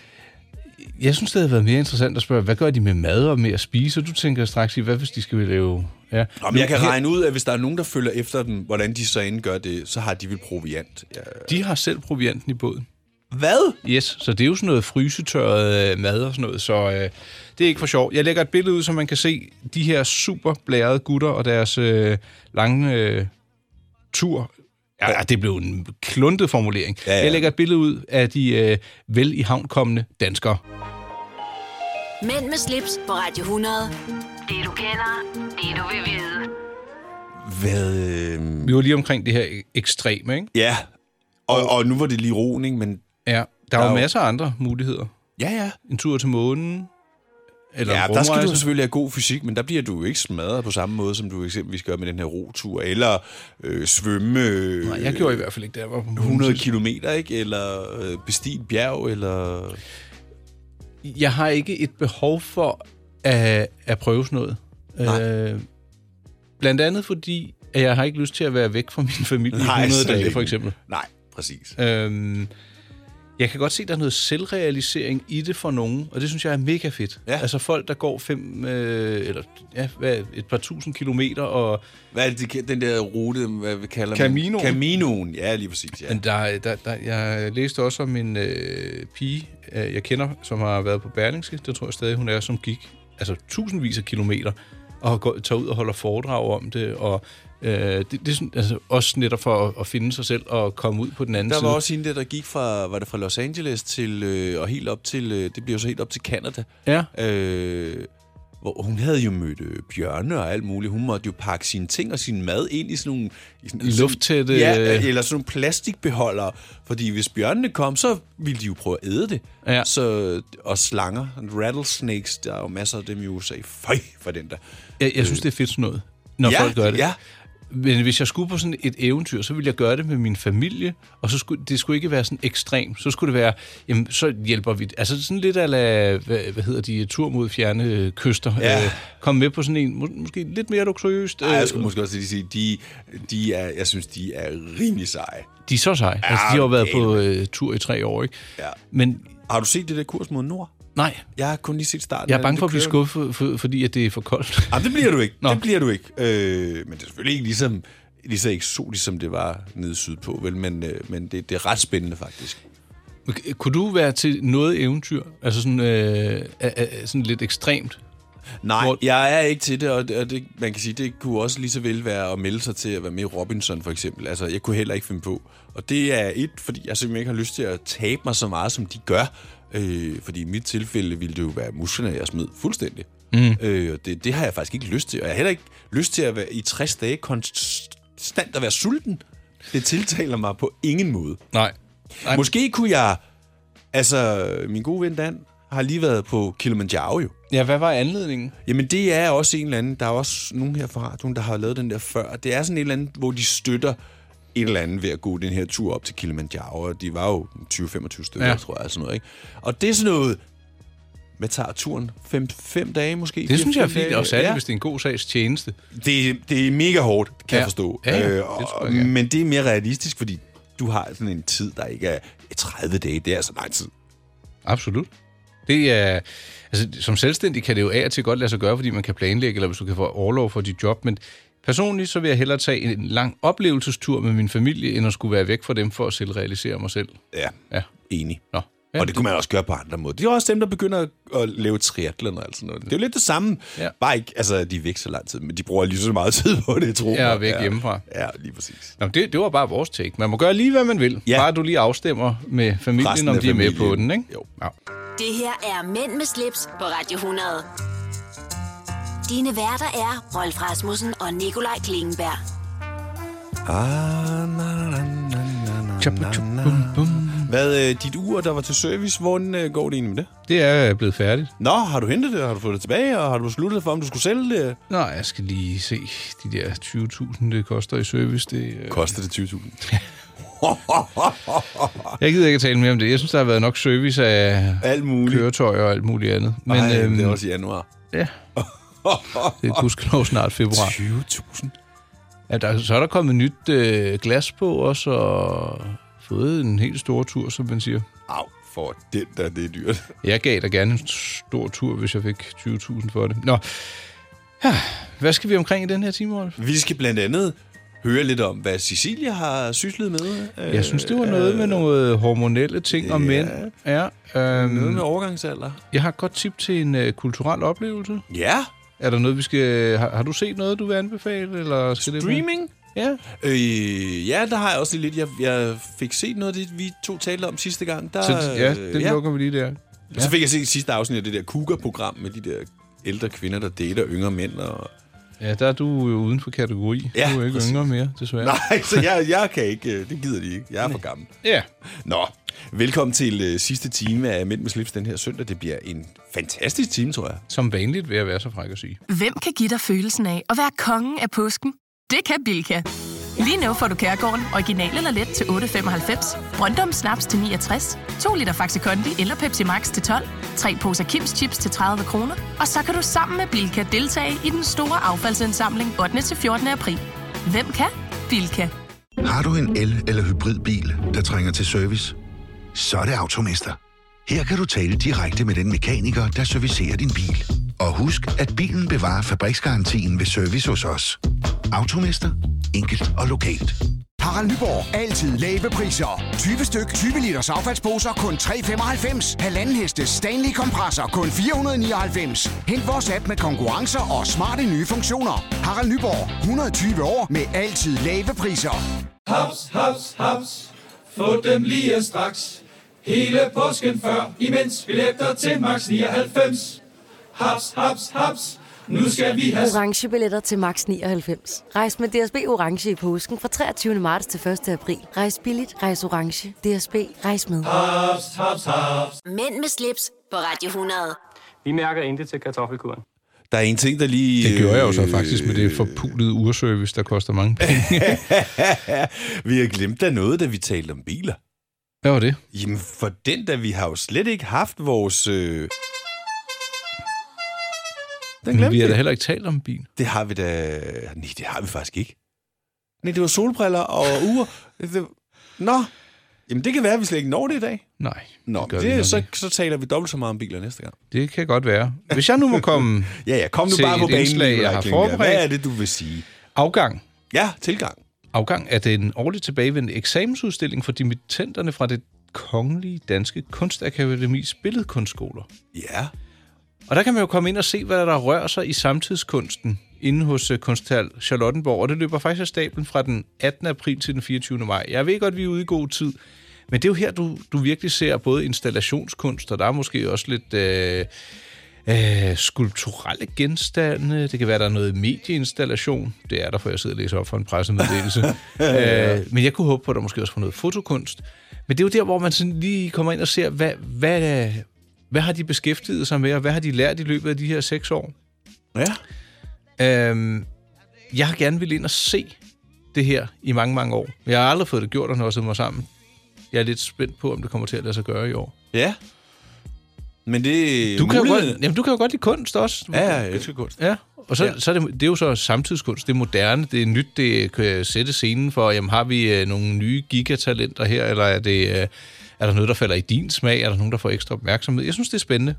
Jeg synes, det havde været mere interessant at spørge, hvad gør de med mad og med at spise? Og du tænker straks i, hvad hvis de skal lave... Ja. Om Nu- jeg kan her- regne ud, at hvis der er nogen, der følger efter dem, hvordan de så end gør det, så har de vel proviant. Ja. De har selv provianten i båden. Hvad? Yes, så det er jo sådan noget frysetørret øh, mad og sådan noget, så øh, det er ikke for sjov. Jeg lægger et billede ud, så man kan se de her super blærede gutter og deres øh, lange øh, tur. Ja, det blev en kluntet formulering. Ja, ja. Jeg lægger et billede ud af de øh, vel i havnkommende danskere. Mænd med slips på Radio 100. Det du kender, det du vil vide. Hvad? Øh... Vi var lige omkring det her ek- ekstreme, ikke? Ja, og, og nu var det lige roning, men... Ja, der, der er jo masser af andre muligheder. Ja, ja. En tur til månen. Eller Eller ja, en der skal du rumrejse. selvfølgelig have god fysik, men der bliver du jo ikke smadret på samme måde, som du eksempelvis gør med den her rotur, eller øh, svømme... Øh, Nej, jeg gjorde i hvert fald ikke, da jeg var på månen 100 sidst. kilometer, ikke? Eller øh, bestige et bjerg, eller... jeg har ikke et behov for at, at prøve sådan noget. Øh, blandt andet fordi, at jeg har ikke lyst til at være væk fra min familie Nej, i 100 så dage, længe. for eksempel. Nej, præcis. Øhm, jeg kan godt se, at der er noget selvrealisering i det for nogen, og det synes jeg er mega fedt. Ja. Altså folk, der går fem, øh, eller ja, hvad, et par tusind kilometer, og Hvad er det, den der rute, hvad vi kalder Caminoen. man? Caminoen. ja, lige præcis, ja. Men der, der, der, jeg læste også om en øh, pige, øh, jeg kender, som har været på Berlingske, det tror jeg stadig, hun er, som gik altså tusindvis af kilometer, og går, tager ud og holder foredrag om det, og øh, det, det er sådan, altså, også netop for at, at finde sig selv og komme ud på den anden Der side. var også en der, der gik fra, var det fra Los Angeles til, øh, og helt op til, øh, det bliver jo så helt op til Canada. Ja. Øh, hvor hun havde jo mødt øh, bjørne og alt muligt. Hun måtte jo pakke sine ting og sin mad ind i sådan nogle... I sådan, Lufttætte- Ja, øh, eller sådan nogle plastikbeholdere. Fordi hvis bjørnene kom, så ville de jo prøve at æde det. Ja. Så, og slanger, rattlesnakes, der er jo masser af dem i USA. Føj for den der. Jeg, jeg synes, det er fedt sådan noget, når Øh. Ja, folk gør det. ja. Men hvis jeg skulle på sådan et eventyr, så ville jeg gøre det med min familie, og så skulle, det skulle ikke være sådan ekstremt. Så skulle det være, jamen, så hjælper vi. Altså sådan lidt ala, hvad, hvad hedder de, tur mod fjerne øh, kyster. Ja. Øh, kom med på sådan en, mås- måske lidt mere luksuriøst. Øh, Ej, jeg skulle måske også lige sige, de, de er, jeg synes, de er rimelig seje. De er så seje. Ja, altså, de har jo været okay. på øh, tur i tre år, ikke? Ja. Men, har du set det der kurs mod nord? Nej. Jeg har kun lige set starten. Jeg af er bange det for at blive kører. skuffet, for, fordi at det er for koldt. Jamen, det bliver du ikke. Det bliver du ikke. Øh, men det er selvfølgelig ikke ligesom, lige så eksotisk, som det var nede sydpå, vel? Men, øh, men det, det er ret spændende, faktisk. K- Kunne du være til noget eventyr? Altså sådan, øh, øh, øh, sådan lidt ekstremt? Nej, Hvor... jeg er ikke til det, og, det, og det, man kan sige, det kunne også lige så vel være at melde sig til at være med i Robinson, for eksempel. Altså, jeg kunne heller ikke finde på. Og det er et, fordi jeg simpelthen ikke har lyst til at tabe mig så meget, som de gør. Øh, fordi i mit tilfælde ville det jo være musklerne, jeg smed fuldstændig. Mm. Øh, og det, det har jeg faktisk ikke lyst til. Og jeg har heller ikke lyst til at være i 60 dage konstant at være sulten. Det tiltaler mig på ingen måde. Nej. Nej. Måske kunne jeg... Altså, min gode ven Dan har lige været på Kilimanjaro jo. Ja, hvad var anledningen? Jamen, det er også en eller anden... Der er også nogen her fra radioen, der har lavet den der før. Det er sådan en eller anden, hvor de støtter et eller andet ved at gå den her tur op til Kilimanjaro. Og de var jo 20-25 stykker, Ja. ja. tror jeg. Sådan noget, ikke? Og det er sådan noget... Hvad tager turen? 5 dage måske? Det synes jeg er Fire-fem fint, dage? og særligt, ja. hvis det er en god sags tjeneste. Det, det er mega hårdt, kan Ja. ja. jeg forstå. Øh, Ja, ja, det og, tror jeg, Men det er mere realistisk, fordi du har sådan en tid, der ikke er 30 dage. Det er altså lang tid. Absolut. Det er, altså, som selvstændig kan det jo af og til godt lade sig gøre, fordi man kan planlægge, eller hvis du kan få overlov for dit job, men personligt så vil jeg hellere tage en lang oplevelsestur med min familie, end at skulle være væk fra dem for at selv realisere mig selv. Ja, ja. enig. Nå. Ja, og det kunne man også gøre på andre måder. Det er også dem, der begynder at- at lave triathlon og alt sådan noget. Det er jo lidt det samme. Ja. Bare ikke, altså, de er væk så lang tid, men de bruger lige så meget tid på det, tror jeg. Jeg er væk ja. hjemmefra. Ja, lige præcis. Nå, men det, det var bare vores take. Man må gøre lige, hvad man vil. Ja. Bare du lige afstemmer med familien, Resten om af de er med familien. på den, ikke? Jo. Ja. Det her er Mænd med slips på Radio 100. Dine værter er Rolf Rasmussen og Nikolaj Klingenberg. Ah, na, na, na, na, na, na, na. Hvad, øh, dit ur, der var til service, hvordan øh, går det egentlig med det? Det er blevet færdigt. Nå, har du hentet det, og har du fået det tilbage, og har du besluttet for, om du skulle sælge det? Nå, jeg skal lige se de der 20.000, det koster i service. Det, øh... Koster det 20.000? jeg gider ikke at tale mere om det. Jeg synes, der har været nok service af alt muligt. køretøjer og alt muligt andet. Men, Ej, øhm, det er også i januar. Ja. det er gudskelov snart februar. 20.000? Ja, der, så er der kommet nyt øh, glas på også, og fået en helt stor tur, som man siger. Au, for den der, det er dyrt. Jeg gav dig gerne en stor tur, hvis jeg fik 20.000 for det. Nå, ja, hvad skal vi omkring i den her time, Rolf? Vi skal blandt andet høre lidt om, hvad Cecilia har syslet med. øh, Jeg synes, det var noget med nogle hormonelle ting og mænd. Ja, øhm, Noget med overgangsalder. Jeg har et godt tip til en øh, kulturel oplevelse. Ja. Er der noget, vi skal... øh, Har, har du set noget, du vil anbefale? Eller skal det være- Streaming? Ja. Øh, ja, der har jeg også lige lidt. Jeg, jeg fik set noget af det, vi to talte om sidste gang. Der, Så, ja, den ja. lukker vi lige der. Ja. Så fik jeg set sidste afsnit af det der Cougar-program med de der ældre kvinder, der dater yngre mænd. Og... Ja, der er du jo uden for kategori. Ja, du er ikke præcis. yngre mere, desværre. Nej, så jeg, jeg kan ikke. øh, Det gider de ikke. Jeg er for gammel. Ja. Nå, velkommen til øh, sidste time af Mænd med slips den her søndag. Det bliver en fantastisk time, tror jeg. Som vanligt vil jeg være så fræk at sige. Hvem kan give dig følelsen af at være kongen af påsken? Det kan Bilka! Lige nu får du Kærgården original eller let til 8.95, Brøndum Snaps til 69, 2 liter Faxi Kondi eller Pepsi Max til 12, 3 poser Kims Chips til 30 kroner, og så kan du sammen med Bilka deltage i den store affaldsindsamling 8. til 14. april. Hvem kan? Bilka. Har du en el- eller hybridbil, der trænger til service? Så er det Automester. Her kan du tale direkte med den mekaniker, der servicerer din bil. Og husk, at bilen bevarer fabriksgarantien ved service hos os. Automester. Enkelt og lokalt. Harald Nyborg. Altid lave priser. 20 styk, 20 liters affaldsposer kun 3,95. Halvanden heste Stanley kompresser kun 499. Hent vores app med konkurrencer og smarte nye funktioner. Harald Nyborg. 120 år med altid lave priser. Haps, haps, haps. Få dem lige straks. Hele påsken før, imens billetter til max 99. Haps, haps, haps. Nu skal vi have... orange billetter til max 99. Rejs med DSB orange i påsken fra 23. marts til 1. april. Rejs billigt, rejs orange. DSB rejs med. Haps, haps, haps. Mænd med slips på Radio 100. Vi mærker intet til kartoffelkuren. Der er en ting, der lige... Det gjorde jeg jo øh, så faktisk med det forpulede urservice, der koster mange penge. vi har glemt da noget, da vi talte om biler. Hvad var det? Jamen, for den da, vi har jo slet ikke haft vores... Øh... Den Men glemte vi har vi. da heller ikke talt om bilen. Det har vi da... Nej, det har vi faktisk ikke. Nej, det var solbriller og uger. Det- Nå, jamen det kan være, at vi slet ikke når det i dag. Nej. Nå, gør det vi nok det, så, så taler vi dobbelt så meget om biler næste gang. Det kan godt være. Hvis jeg nu må komme Ja, ja, kom nu til bare på et banen, indslag, jeg Nikolaj har Klingenberg. forberedt. Hvad er det, du vil sige? Afgang. Ja, tilgang. Afgang er den årligt tilbagevendende eksamensudstilling for dimittenterne fra det kongelige danske kunstakademis billedkunstskoler. Ja. Og der kan man jo komme ind og se, hvad der rører sig i samtidskunsten inde hos øh, kunsthal Charlottenborg, og det løber faktisk af stablen fra den 18. april til den 24. maj. Jeg ved godt, vi er ude i god tid, men det er jo her, du, du virkelig ser både installationskunst, og der er måske også lidt øh, øh, skulpturelle genstande. Det kan være, der er noget medieinstallation. Det er der, for jeg sidder og læser op for en pressemeddelelse. øh, men jeg kunne håbe på, at der måske også var noget fotokunst. Men det er jo der, hvor man sådan lige kommer ind og ser, hvad, hvad, hvad har de beskæftiget sig med, og hvad har de lært i løbet af de her seks år? Ja. Øhm, jeg har gerne ville ind og se det her i mange, mange år. Jeg har aldrig fået det gjort, og når jeg sidder mig sammen. Jeg er lidt spændt på, om det kommer til at lade sig gøre i år. Ja. Men det er Du kan, jo muligheden. godt, jamen, du kan jo godt lide kunst også. Ja, ja, jeg elsker kunst. Ja, og så, Ja. ja. så er det, det er jo så samtidskunst, det er moderne, det er nyt, det kan jeg sætte scenen for, jamen har vi øh, nogle nye gigatalenter her, eller er, det, øh, er der noget, der falder i din smag, er der nogen, der får ekstra opmærksomhed? Jeg synes, det er spændende.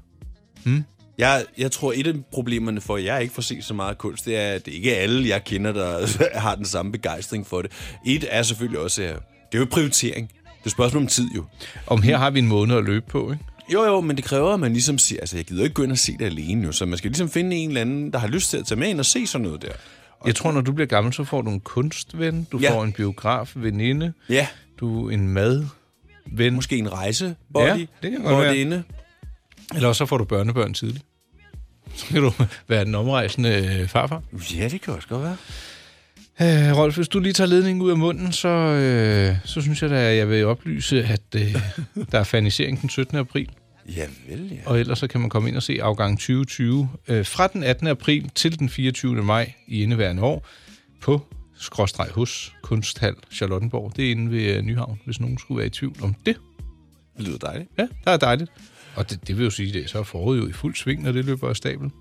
Jeg, jeg tror, et af problemerne for, at jeg ikke får set så meget kunst, det er, at det ikke er alle, jeg kender, der har den samme begejstring for det. Et er selvfølgelig også, at det er jo prioritering. Det er et spørgsmål om tid jo. Om her har vi en måned at løbe på, ikke? Jo, jo, men det kræver, at man ligesom siger, altså jeg gider ikke gå ind og se det alene jo, så man skal ligesom finde en eller anden, der har lyst til at tage med ind og se sådan noget der. Jeg tror, når du bliver gammel, så får du en kunstven, du Ja. ja. får en biograf, veninde, Ja. du en madven. Måske en rejse, ja, det kan godt være. Inde. Eller også så får du børnebørn tidligt. Så kan du være den omrejsende øh, farfar. Ja, det kan også godt være. Øh, Rolf, hvis du lige tager ledningen ud af munden, så, øh, så synes jeg da, at jeg vil oplyse, at øh, der er fanisering den 17. april. Ja, vel, ja. Og ellers så kan man komme ind og se afgang 2020 øh, fra den 18. april til den 24. maj i indeværende år på skråstreg hos Kunsthal Charlottenborg. Det er inde ved øh, Nyhavn, hvis nogen skulle være i tvivl om det. Det lyder dejligt. Ja, det er dejligt. Og det, det vil jo sige, at så er foråret jo i fuld sving, når det løber af stablen.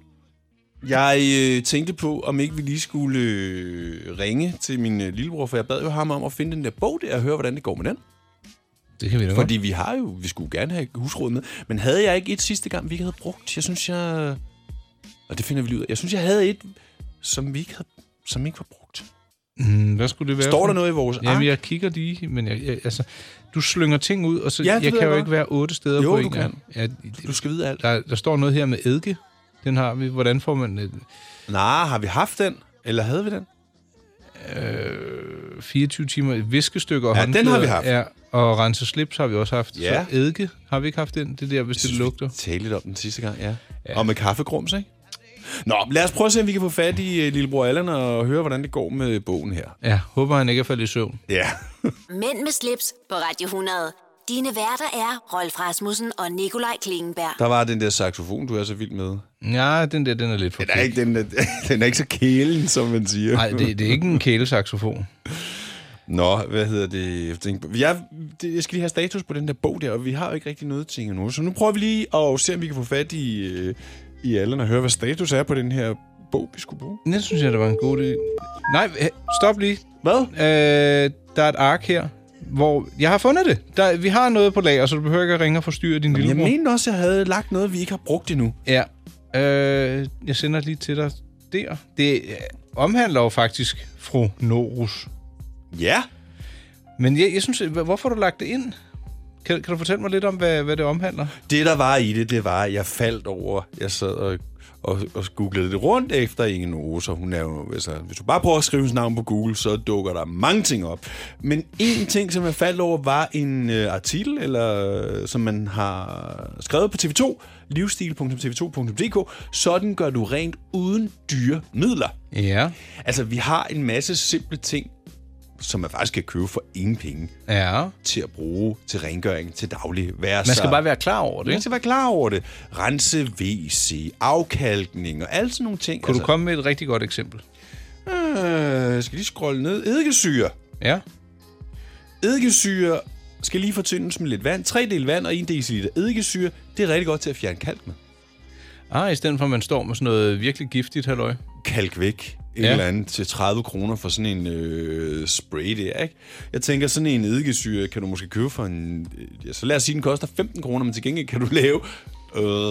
Jeg øh, tænkte på, om ikke vi lige skulle øh, ringe til min øh, lillebror, for jeg bad jo ham om at finde den der bog der og høre, hvordan det går med den. Det kan vi da Fordi vi har jo, vi skulle gerne have husråd med, men havde jeg ikke et sidste gang, vi ikke havde brugt? Jeg synes, jeg... Og det finder vi lige ud af. Jeg synes, jeg havde et, som vi ikke, havde, som ikke var brugt. Mm, hvad skulle det være? Står for- der noget i vores Jamen, ark? jeg kigger lige, men jeg, jeg, altså, du slynger ting ud, og så Ja, det jeg ved kan jeg jo godt. ikke være otte steder Jo, på du en kan. gang. Ja, Du skal vide alt. Der, der står noget her med eddike. Den har vi. Hvordan får man... øh, Nej, har vi haft den? Eller havde vi den? Øh, 24 timer viskestykker og Ja, den har håndklæder? vi haft. Ja, og rense slips har vi også haft. Ja. Så eddike har vi ikke haft den. Det der, hvis det lugter. talte lidt om den sidste gang, ja. ja. Og med kaffegrums, ikke? Nå, lad os prøve at se, om vi kan få fat i øh, lillebror Allan og høre, hvordan det går med bogen her. Ja, håber han ikke er faldet i søvn. Ja. Mænd med slips på Radio 100. Dine værter er Rolf Rasmussen og Nikolaj Klingenberg. Der var den der saxofon, du er så vild med. Ja, den der, den er lidt for Den er ikke, den er, den er ikke så kælen, som man siger. Nej, det, det er ikke en kælesaxofon. Nå, hvad hedder det? Jeg, tænker på- jeg, det- jeg skal lige have status på den der bog der, og vi har jo ikke rigtig noget ting endnu. Så nu prøver vi lige at se, om vi kan få fat i, øh, i Allan og høre, hvad status er på den her bog, vi skulle bruge. Den synes jeg, det var en god idé. Nej, h- stop lige. Hvad? Øh, der er et ark her, hvor... Jeg har fundet det. Der, vi har noget på lager, så du behøver ikke at ringe og forstyrre din Jeg lillebror. mente også, at jeg havde lagt noget, vi ikke har brugt endnu. Ja. Øh, jeg sender det lige til dig der. Det øh, omhandler jo faktisk fru Norus. Ja. Men jeg, jeg synes, hva- hvorfor har du lagt det ind? Kan, kan du fortælle mig lidt om, hvad, hvad det omhandler? Det, der var i det, det var, at jeg faldt over. Jeg sad og, og, og googlede det rundt efter Ingen Ose, og hun er jo, altså, hvis du bare prøver at skrive hendes navn på Google, så dukker der mange ting op. Men en ting, som jeg faldt over, var en øh, artikel, eller øh, som man har skrevet på TV2, livsstil.tv2.dk, sådan gør du rent uden dyre midler. Ja. Altså, vi har en masse simple ting, som man faktisk kan købe for ingen penge Ja. til at bruge til rengøring til daglig. Være Man skal bare være klar over det, Man ikke? skal være klar over det. Rense WC, afkalkning og alt sådan nogle ting. Altså, Kunne du komme med et rigtig godt eksempel? Øh, jeg skal lige scrolle ned. Eddikesyre. Ja. Eddikesyre skal lige fortyndes med lidt vand. 3 del vand og 1 dl eddikesyre. Det er rigtig godt til at fjerne kalk med. Ah, i stedet for, at man står med sådan noget virkelig giftigt, halløj. Kalk væk. Et Ja. ja. eller andet til 30 kroner for sådan en øh, spray der, ikke? Jeg tænker, sådan en eddikesyre kan du måske købe for en... øh, Ja, så lad os sige, den koster 15 kroner, men til gengæld kan du lave øh,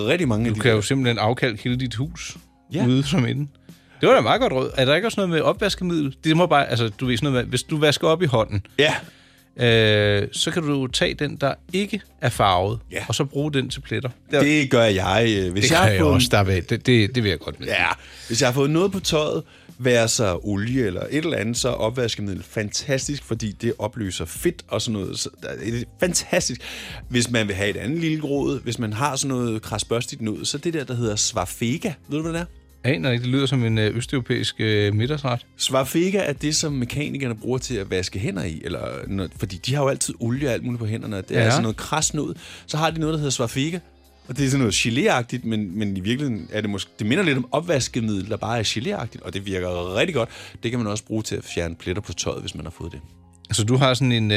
rigtig mange af Du de kan der- jo simpelthen afkalke hele dit hus ja. Ja. ude som inden. Det var da meget godt råd. Er der ikke også noget med opvaskemiddel? Det må bare, altså, du ved sådan noget med, hvis du vasker op i hånden, ja. øh, så kan du tage den, der ikke er farvet, Ja. og så bruge den til pletter. Det gør jeg. øh, Hvis det jeg kan har jeg fået- også stoppe af. Det, det, det vil jeg godt med. Ja, hvis jeg har fået noget på tøjet, være så olie eller et eller andet, så er opvaskemiddel fantastisk, fordi det opløser fedt og sådan noget. Så der- det er fantastisk. Hvis man vil have et andet lille råd, hvis man har sådan noget krasbørstigt noget, så det der, der hedder svafega. Ved du, hvad det er? Jeg aner ikke, det lyder som en øh, østeuropæisk øh, middagsret. Svafega er det, som mekanikerne bruger til at vaske hænder i, eller, når- fordi de har jo altid olie og alt muligt på hænderne, og det er Ja. ja. sådan noget krasnod. Så har de noget, der hedder svafega, og det er sådan noget geléagtigt, men, men i virkeligheden er det måske, det minder lidt om opvaskemiddel, der bare er geléagtigt, og det virker rigtig godt. Det kan man også bruge til at fjerne pletter på tøjet, hvis man har fået det. Så Altså, du har sådan en... Øh,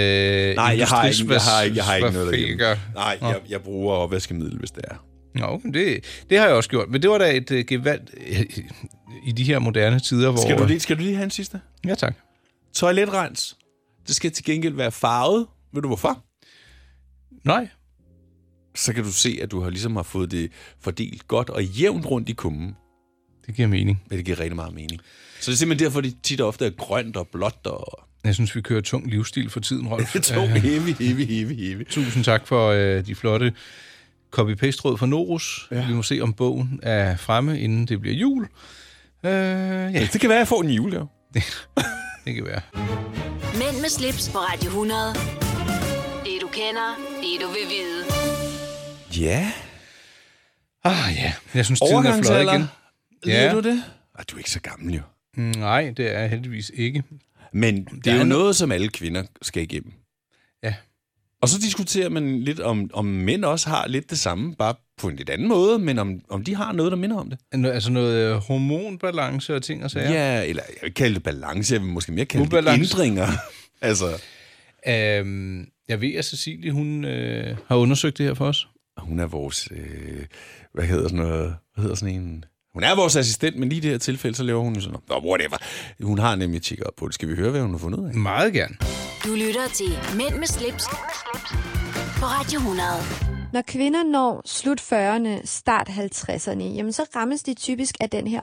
Nej, jeg har ikke, jeg har ikke, jeg har ikke noget industrisvasfaker. derhjemme. Nej, jeg, jeg bruger opvaskemiddel, hvis det er. Nå, okay, det, det har jeg også gjort. Men det var da et øh, gevaldt... Øh, I de her moderne tider, hvor... Skal du lige, skal du lige have en sidste? Ja, tak. Toiletrens. Det skal til gengæld være farvet. Ved du hvorfor? Nej. Så kan du se, at du har ligesom har fået det fordelt godt og jævnt rundt i kummen. Det giver mening. Men det giver rigtig meget mening. Så det er simpelthen derfor, det tit og ofte er grønt og blåt og... Jeg synes, vi kører tung livsstil for tiden, Rolf. Tung, Øh, heavy, heavy, heavy, heavy. Tusind tak for øh, de flotte copy-paste-råd fra Norus. Ja. Ja. Vi må se, om bogen er fremme, inden det bliver jul. Øh, ja, Det kan være, at jeg får en julegave. det kan være. Mænd med slips på Radio 100. Det du kender, det du vil vide. Ja. Ah ja, jeg synes, tiden er flot igen. Ved Ja. du det? Ah, du er ikke så gammel jo. Nej, det er jeg heldigvis ikke. Men det Der er er jo no- noget, som alle kvinder skal igennem. Ja. Og så diskuterer man lidt om, om mænd også har lidt det samme, bare på en lidt anden måde, men om, om de har noget, der minder om det. Altså noget øh, hormonbalance og ting og sager? Ja, eller jeg vil ikke kalde det balance, jeg vil måske mere kalde Ubalance. det ændringer. altså, Øhm, jeg ved, at Cecilie, hun øh, har undersøgt det her for os. hun er vores, øh, hvad hedder sådan noget, hvad hedder sådan en... Hun er vores assistent, men lige i det her tilfælde, så laver hun sådan, Nå, whatever. Hun har nemlig tjekket op på det. Skal vi høre, hvad hun har fundet ud af? Meget gerne. Du lytter til Mænd med slips, på Radio 100. Når kvinder når slut 40'erne, start 50'erne, jamen så rammes de typisk af den her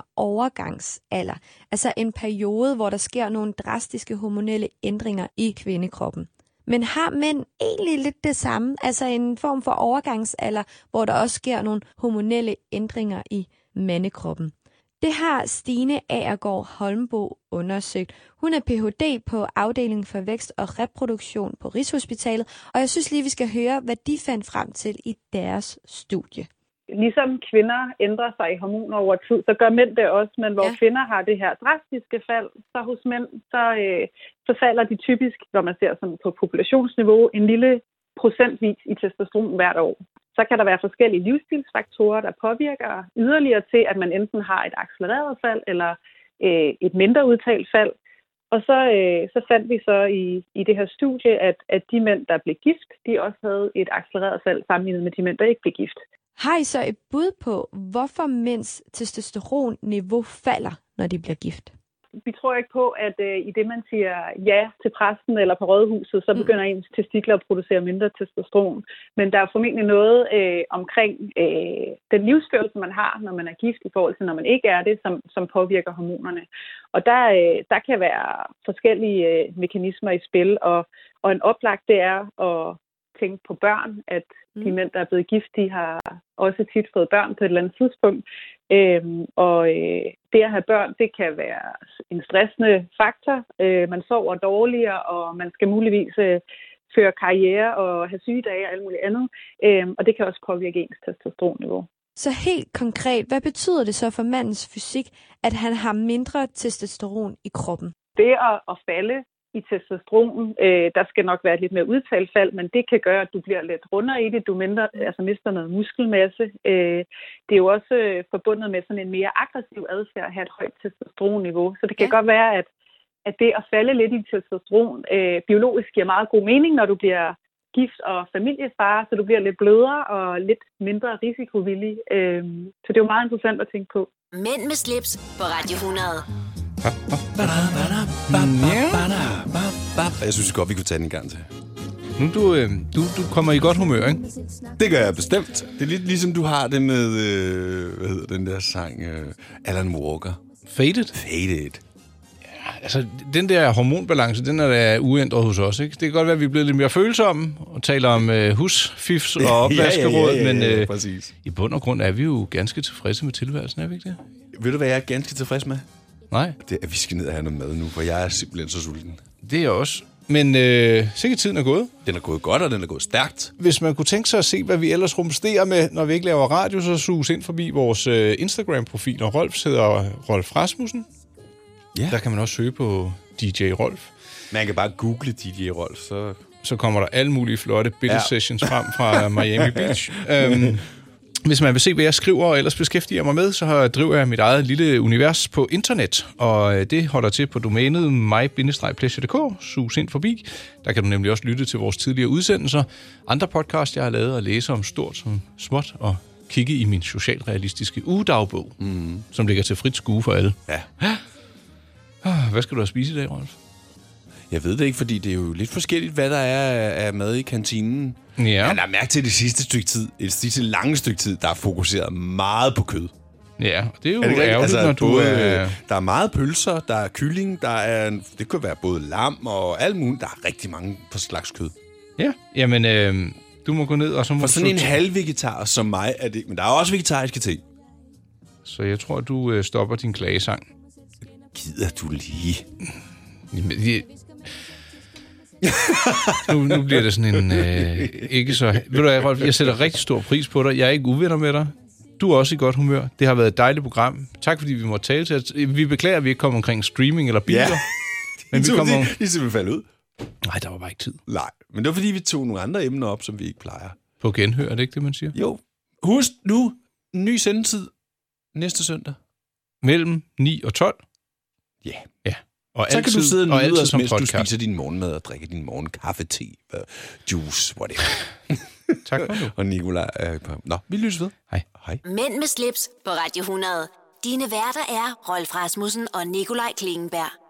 overgangsalder. Altså en periode, hvor der sker nogle drastiske hormonelle ændringer i kvindekroppen. Men har mænd egentlig lidt det samme? Altså en form for overgangsalder, hvor der også sker nogle hormonelle ændringer i mandekroppen. Det har Stine Agergaard Holmbo undersøgt. Hun er Ph.D. på afdelingen for vækst og reproduktion på Rigshospitalet, og jeg synes lige, vi skal høre, hvad de fandt frem til i deres studie. ligesom kvinder ændrer sig i hormoner over tid, så gør mænd det også, men hvor ja. kvinder har det her drastiske fald, så hos mænd, så, øh, så falder de typisk, når man ser sådan på populationsniveau, en lille procentvis i testosteron hvert år. Så kan der være forskellige livsstilsfaktorer, der påvirker yderligere til, at man enten har et accelereret fald eller øh, et mindre udtalt fald. Og så, øh, så fandt vi så i, i det her studie, at, at de mænd, der blev gift, de også havde et accelereret fald sammenlignet med de mænd, der ikke blev gift. Har I så et bud på, hvorfor mænds testosteronniveau falder, når de bliver gift? vi tror ikke på, at øh, i det, man siger ja til præsten eller på rådhuset, så begynder ens testikler at producere mindre testosteron. Men der er formentlig noget øh, omkring øh, den livsførelse, man har, når man er gift, i forhold til, når man ikke er det, som, som påvirker hormonerne. Og der, øh, der kan være forskellige øh, mekanismer i spil, og, og en oplagt det er at tænke på børn, at de Mm. mænd, der er blevet gift, de har også tit fået børn på et eller andet tidspunkt. Øhm, og øh, det at have børn, det kan være en stressende faktor. Øh, man sover dårligere, og man skal muligvis øh, føre karriere og have sygedage og alt muligt andet. Øhm, og det kan også påvirke ens testosteronniveau. Så helt konkret, hvad betyder det så for mandens fysik, at han har mindre testosteron i kroppen? det at, at falde i testosteron, øh, der skal nok være et lidt mere udtalt fald, men det kan gøre, at du bliver lidt rundere i det, du mindre, altså mister noget muskelmasse. Øh, det er jo også øh, forbundet med sådan en mere aggressiv adfærd at have et højt testosteronniveau, så det kan ja. godt være, at, at det at falde lidt i testosteron øh, biologisk giver meget god mening, når du bliver gift og familiefar, så du bliver lidt blødere og lidt mindre risikovillig. Øh, så det er jo meget interessant at tænke på. Mænd med slips på Radio 100. Og jeg synes godt, vi kunne tage den en gang til. Nu er du, øh, du, du kommer i godt humør, ikke? Det gør jeg bestemt. Det er lidt ligesom, du har det med, øh, hvad hedder den der sang, øh, Alan Walker. Faded? Faded. Altså, den der hormonbalance, den er da uændret hos os, ikke? Det kan godt være, at vi er blevet lidt mere følsomme og taler om øh, husfifs Ja, ja, og opvaskeråd, ja, ja, ja, men ja, øh, præcis. i bund og grund er vi jo ganske tilfredse med tilværelsen, er vi ikke det? Ved du, hvad jeg er ganske tilfreds med? Nej. Det er, at vi skal ned og have noget mad nu, for jeg er simpelthen så sulten. Det er jeg også. Men øh, sikkert tiden er gået. Den er gået godt, og den er gået stærkt. Hvis man kunne tænke sig at se, hvad vi ellers rumsterer med, når vi ikke laver radio, så sus ind forbi vores øh, Instagram-profil, og Rolfs hedder Rolf Rasmussen. Ja. Der kan man også søge på DJ Rolf. Man kan bare google DJ Rolf, så... Så kommer der alle mulige flotte billedsessions Ja. ja. frem fra Miami Beach. Øhm, hvis man vil se, hvad jeg skriver og ellers beskæftiger mig med, så har- driver jeg mit eget lille univers på internet, og øh, det holder til på domænet mig-pleasure.dk. Sus ind forbi. Der kan du nemlig også lytte til vores tidligere udsendelser, andre podcasts, jeg har lavet, og læse om stort som småt, og kigge i min socialrealistiske ugedagbog, mm. som ligger til frit skue for alle. Ja. Ah, Hvad skal du have spise i dag, Rolf? Jeg ved det ikke, fordi det er jo lidt forskelligt, hvad der er af- af mad i kantinen. Ja. Jeg har mærke til det sidste stykke tid, det sidste lange stykke tid, der er fokuseret meget på kød. Ja, og det er jo Er det ikke rigtigt? Uh, ærgerligt, når du både, er- øh, Der er meget pølser, der er kylling, der er... en- Det kunne være både lam og alt muligt. Der er rigtig mange på slags kød. Ja, jamen, øh, du må gå ned, og så må For du sådan en sortere. halvvegetar som mig er det... Men der er også vegetariske ting. Så jeg tror, du øh, stopper din klagesang. Gider du lige? Jamen, jeg... nu, nu bliver det sådan en... Øh, ikke så... Ved du hvad, Rolf, jeg sætter rigtig stor pris på dig. Jeg er ikke uvenner med dig. du er også i godt humør. Det har været et dejligt program. Tak, fordi vi måtte tale til os. Vi beklager, at vi ikke kom omkring streaming eller biler. Ja. men vi tog- kommer... de, de simpelthen faldt ud. Nej, der var bare ikke tid. Nej, men det var fordi, vi tog nogle andre emner op, som vi ikke plejer. På genhør, er det ikke det, man siger? Jo. Husk nu, ny sendetid næste søndag. Mellem 9 og 12. Ja. Ja. Og så kan du sidde og og nyde altid os, som mens du podcast. spiser din morgenmad og drikker din morgenkaffe, te, uh, juice, whatever. tak for nu. Og Nicolaj er på. Nå, vi lyttes ved. Hej. Hej. Mænd med slips på Radio 100. Dine værter er Rolf Rasmussen og Nikolaj Klingenberg.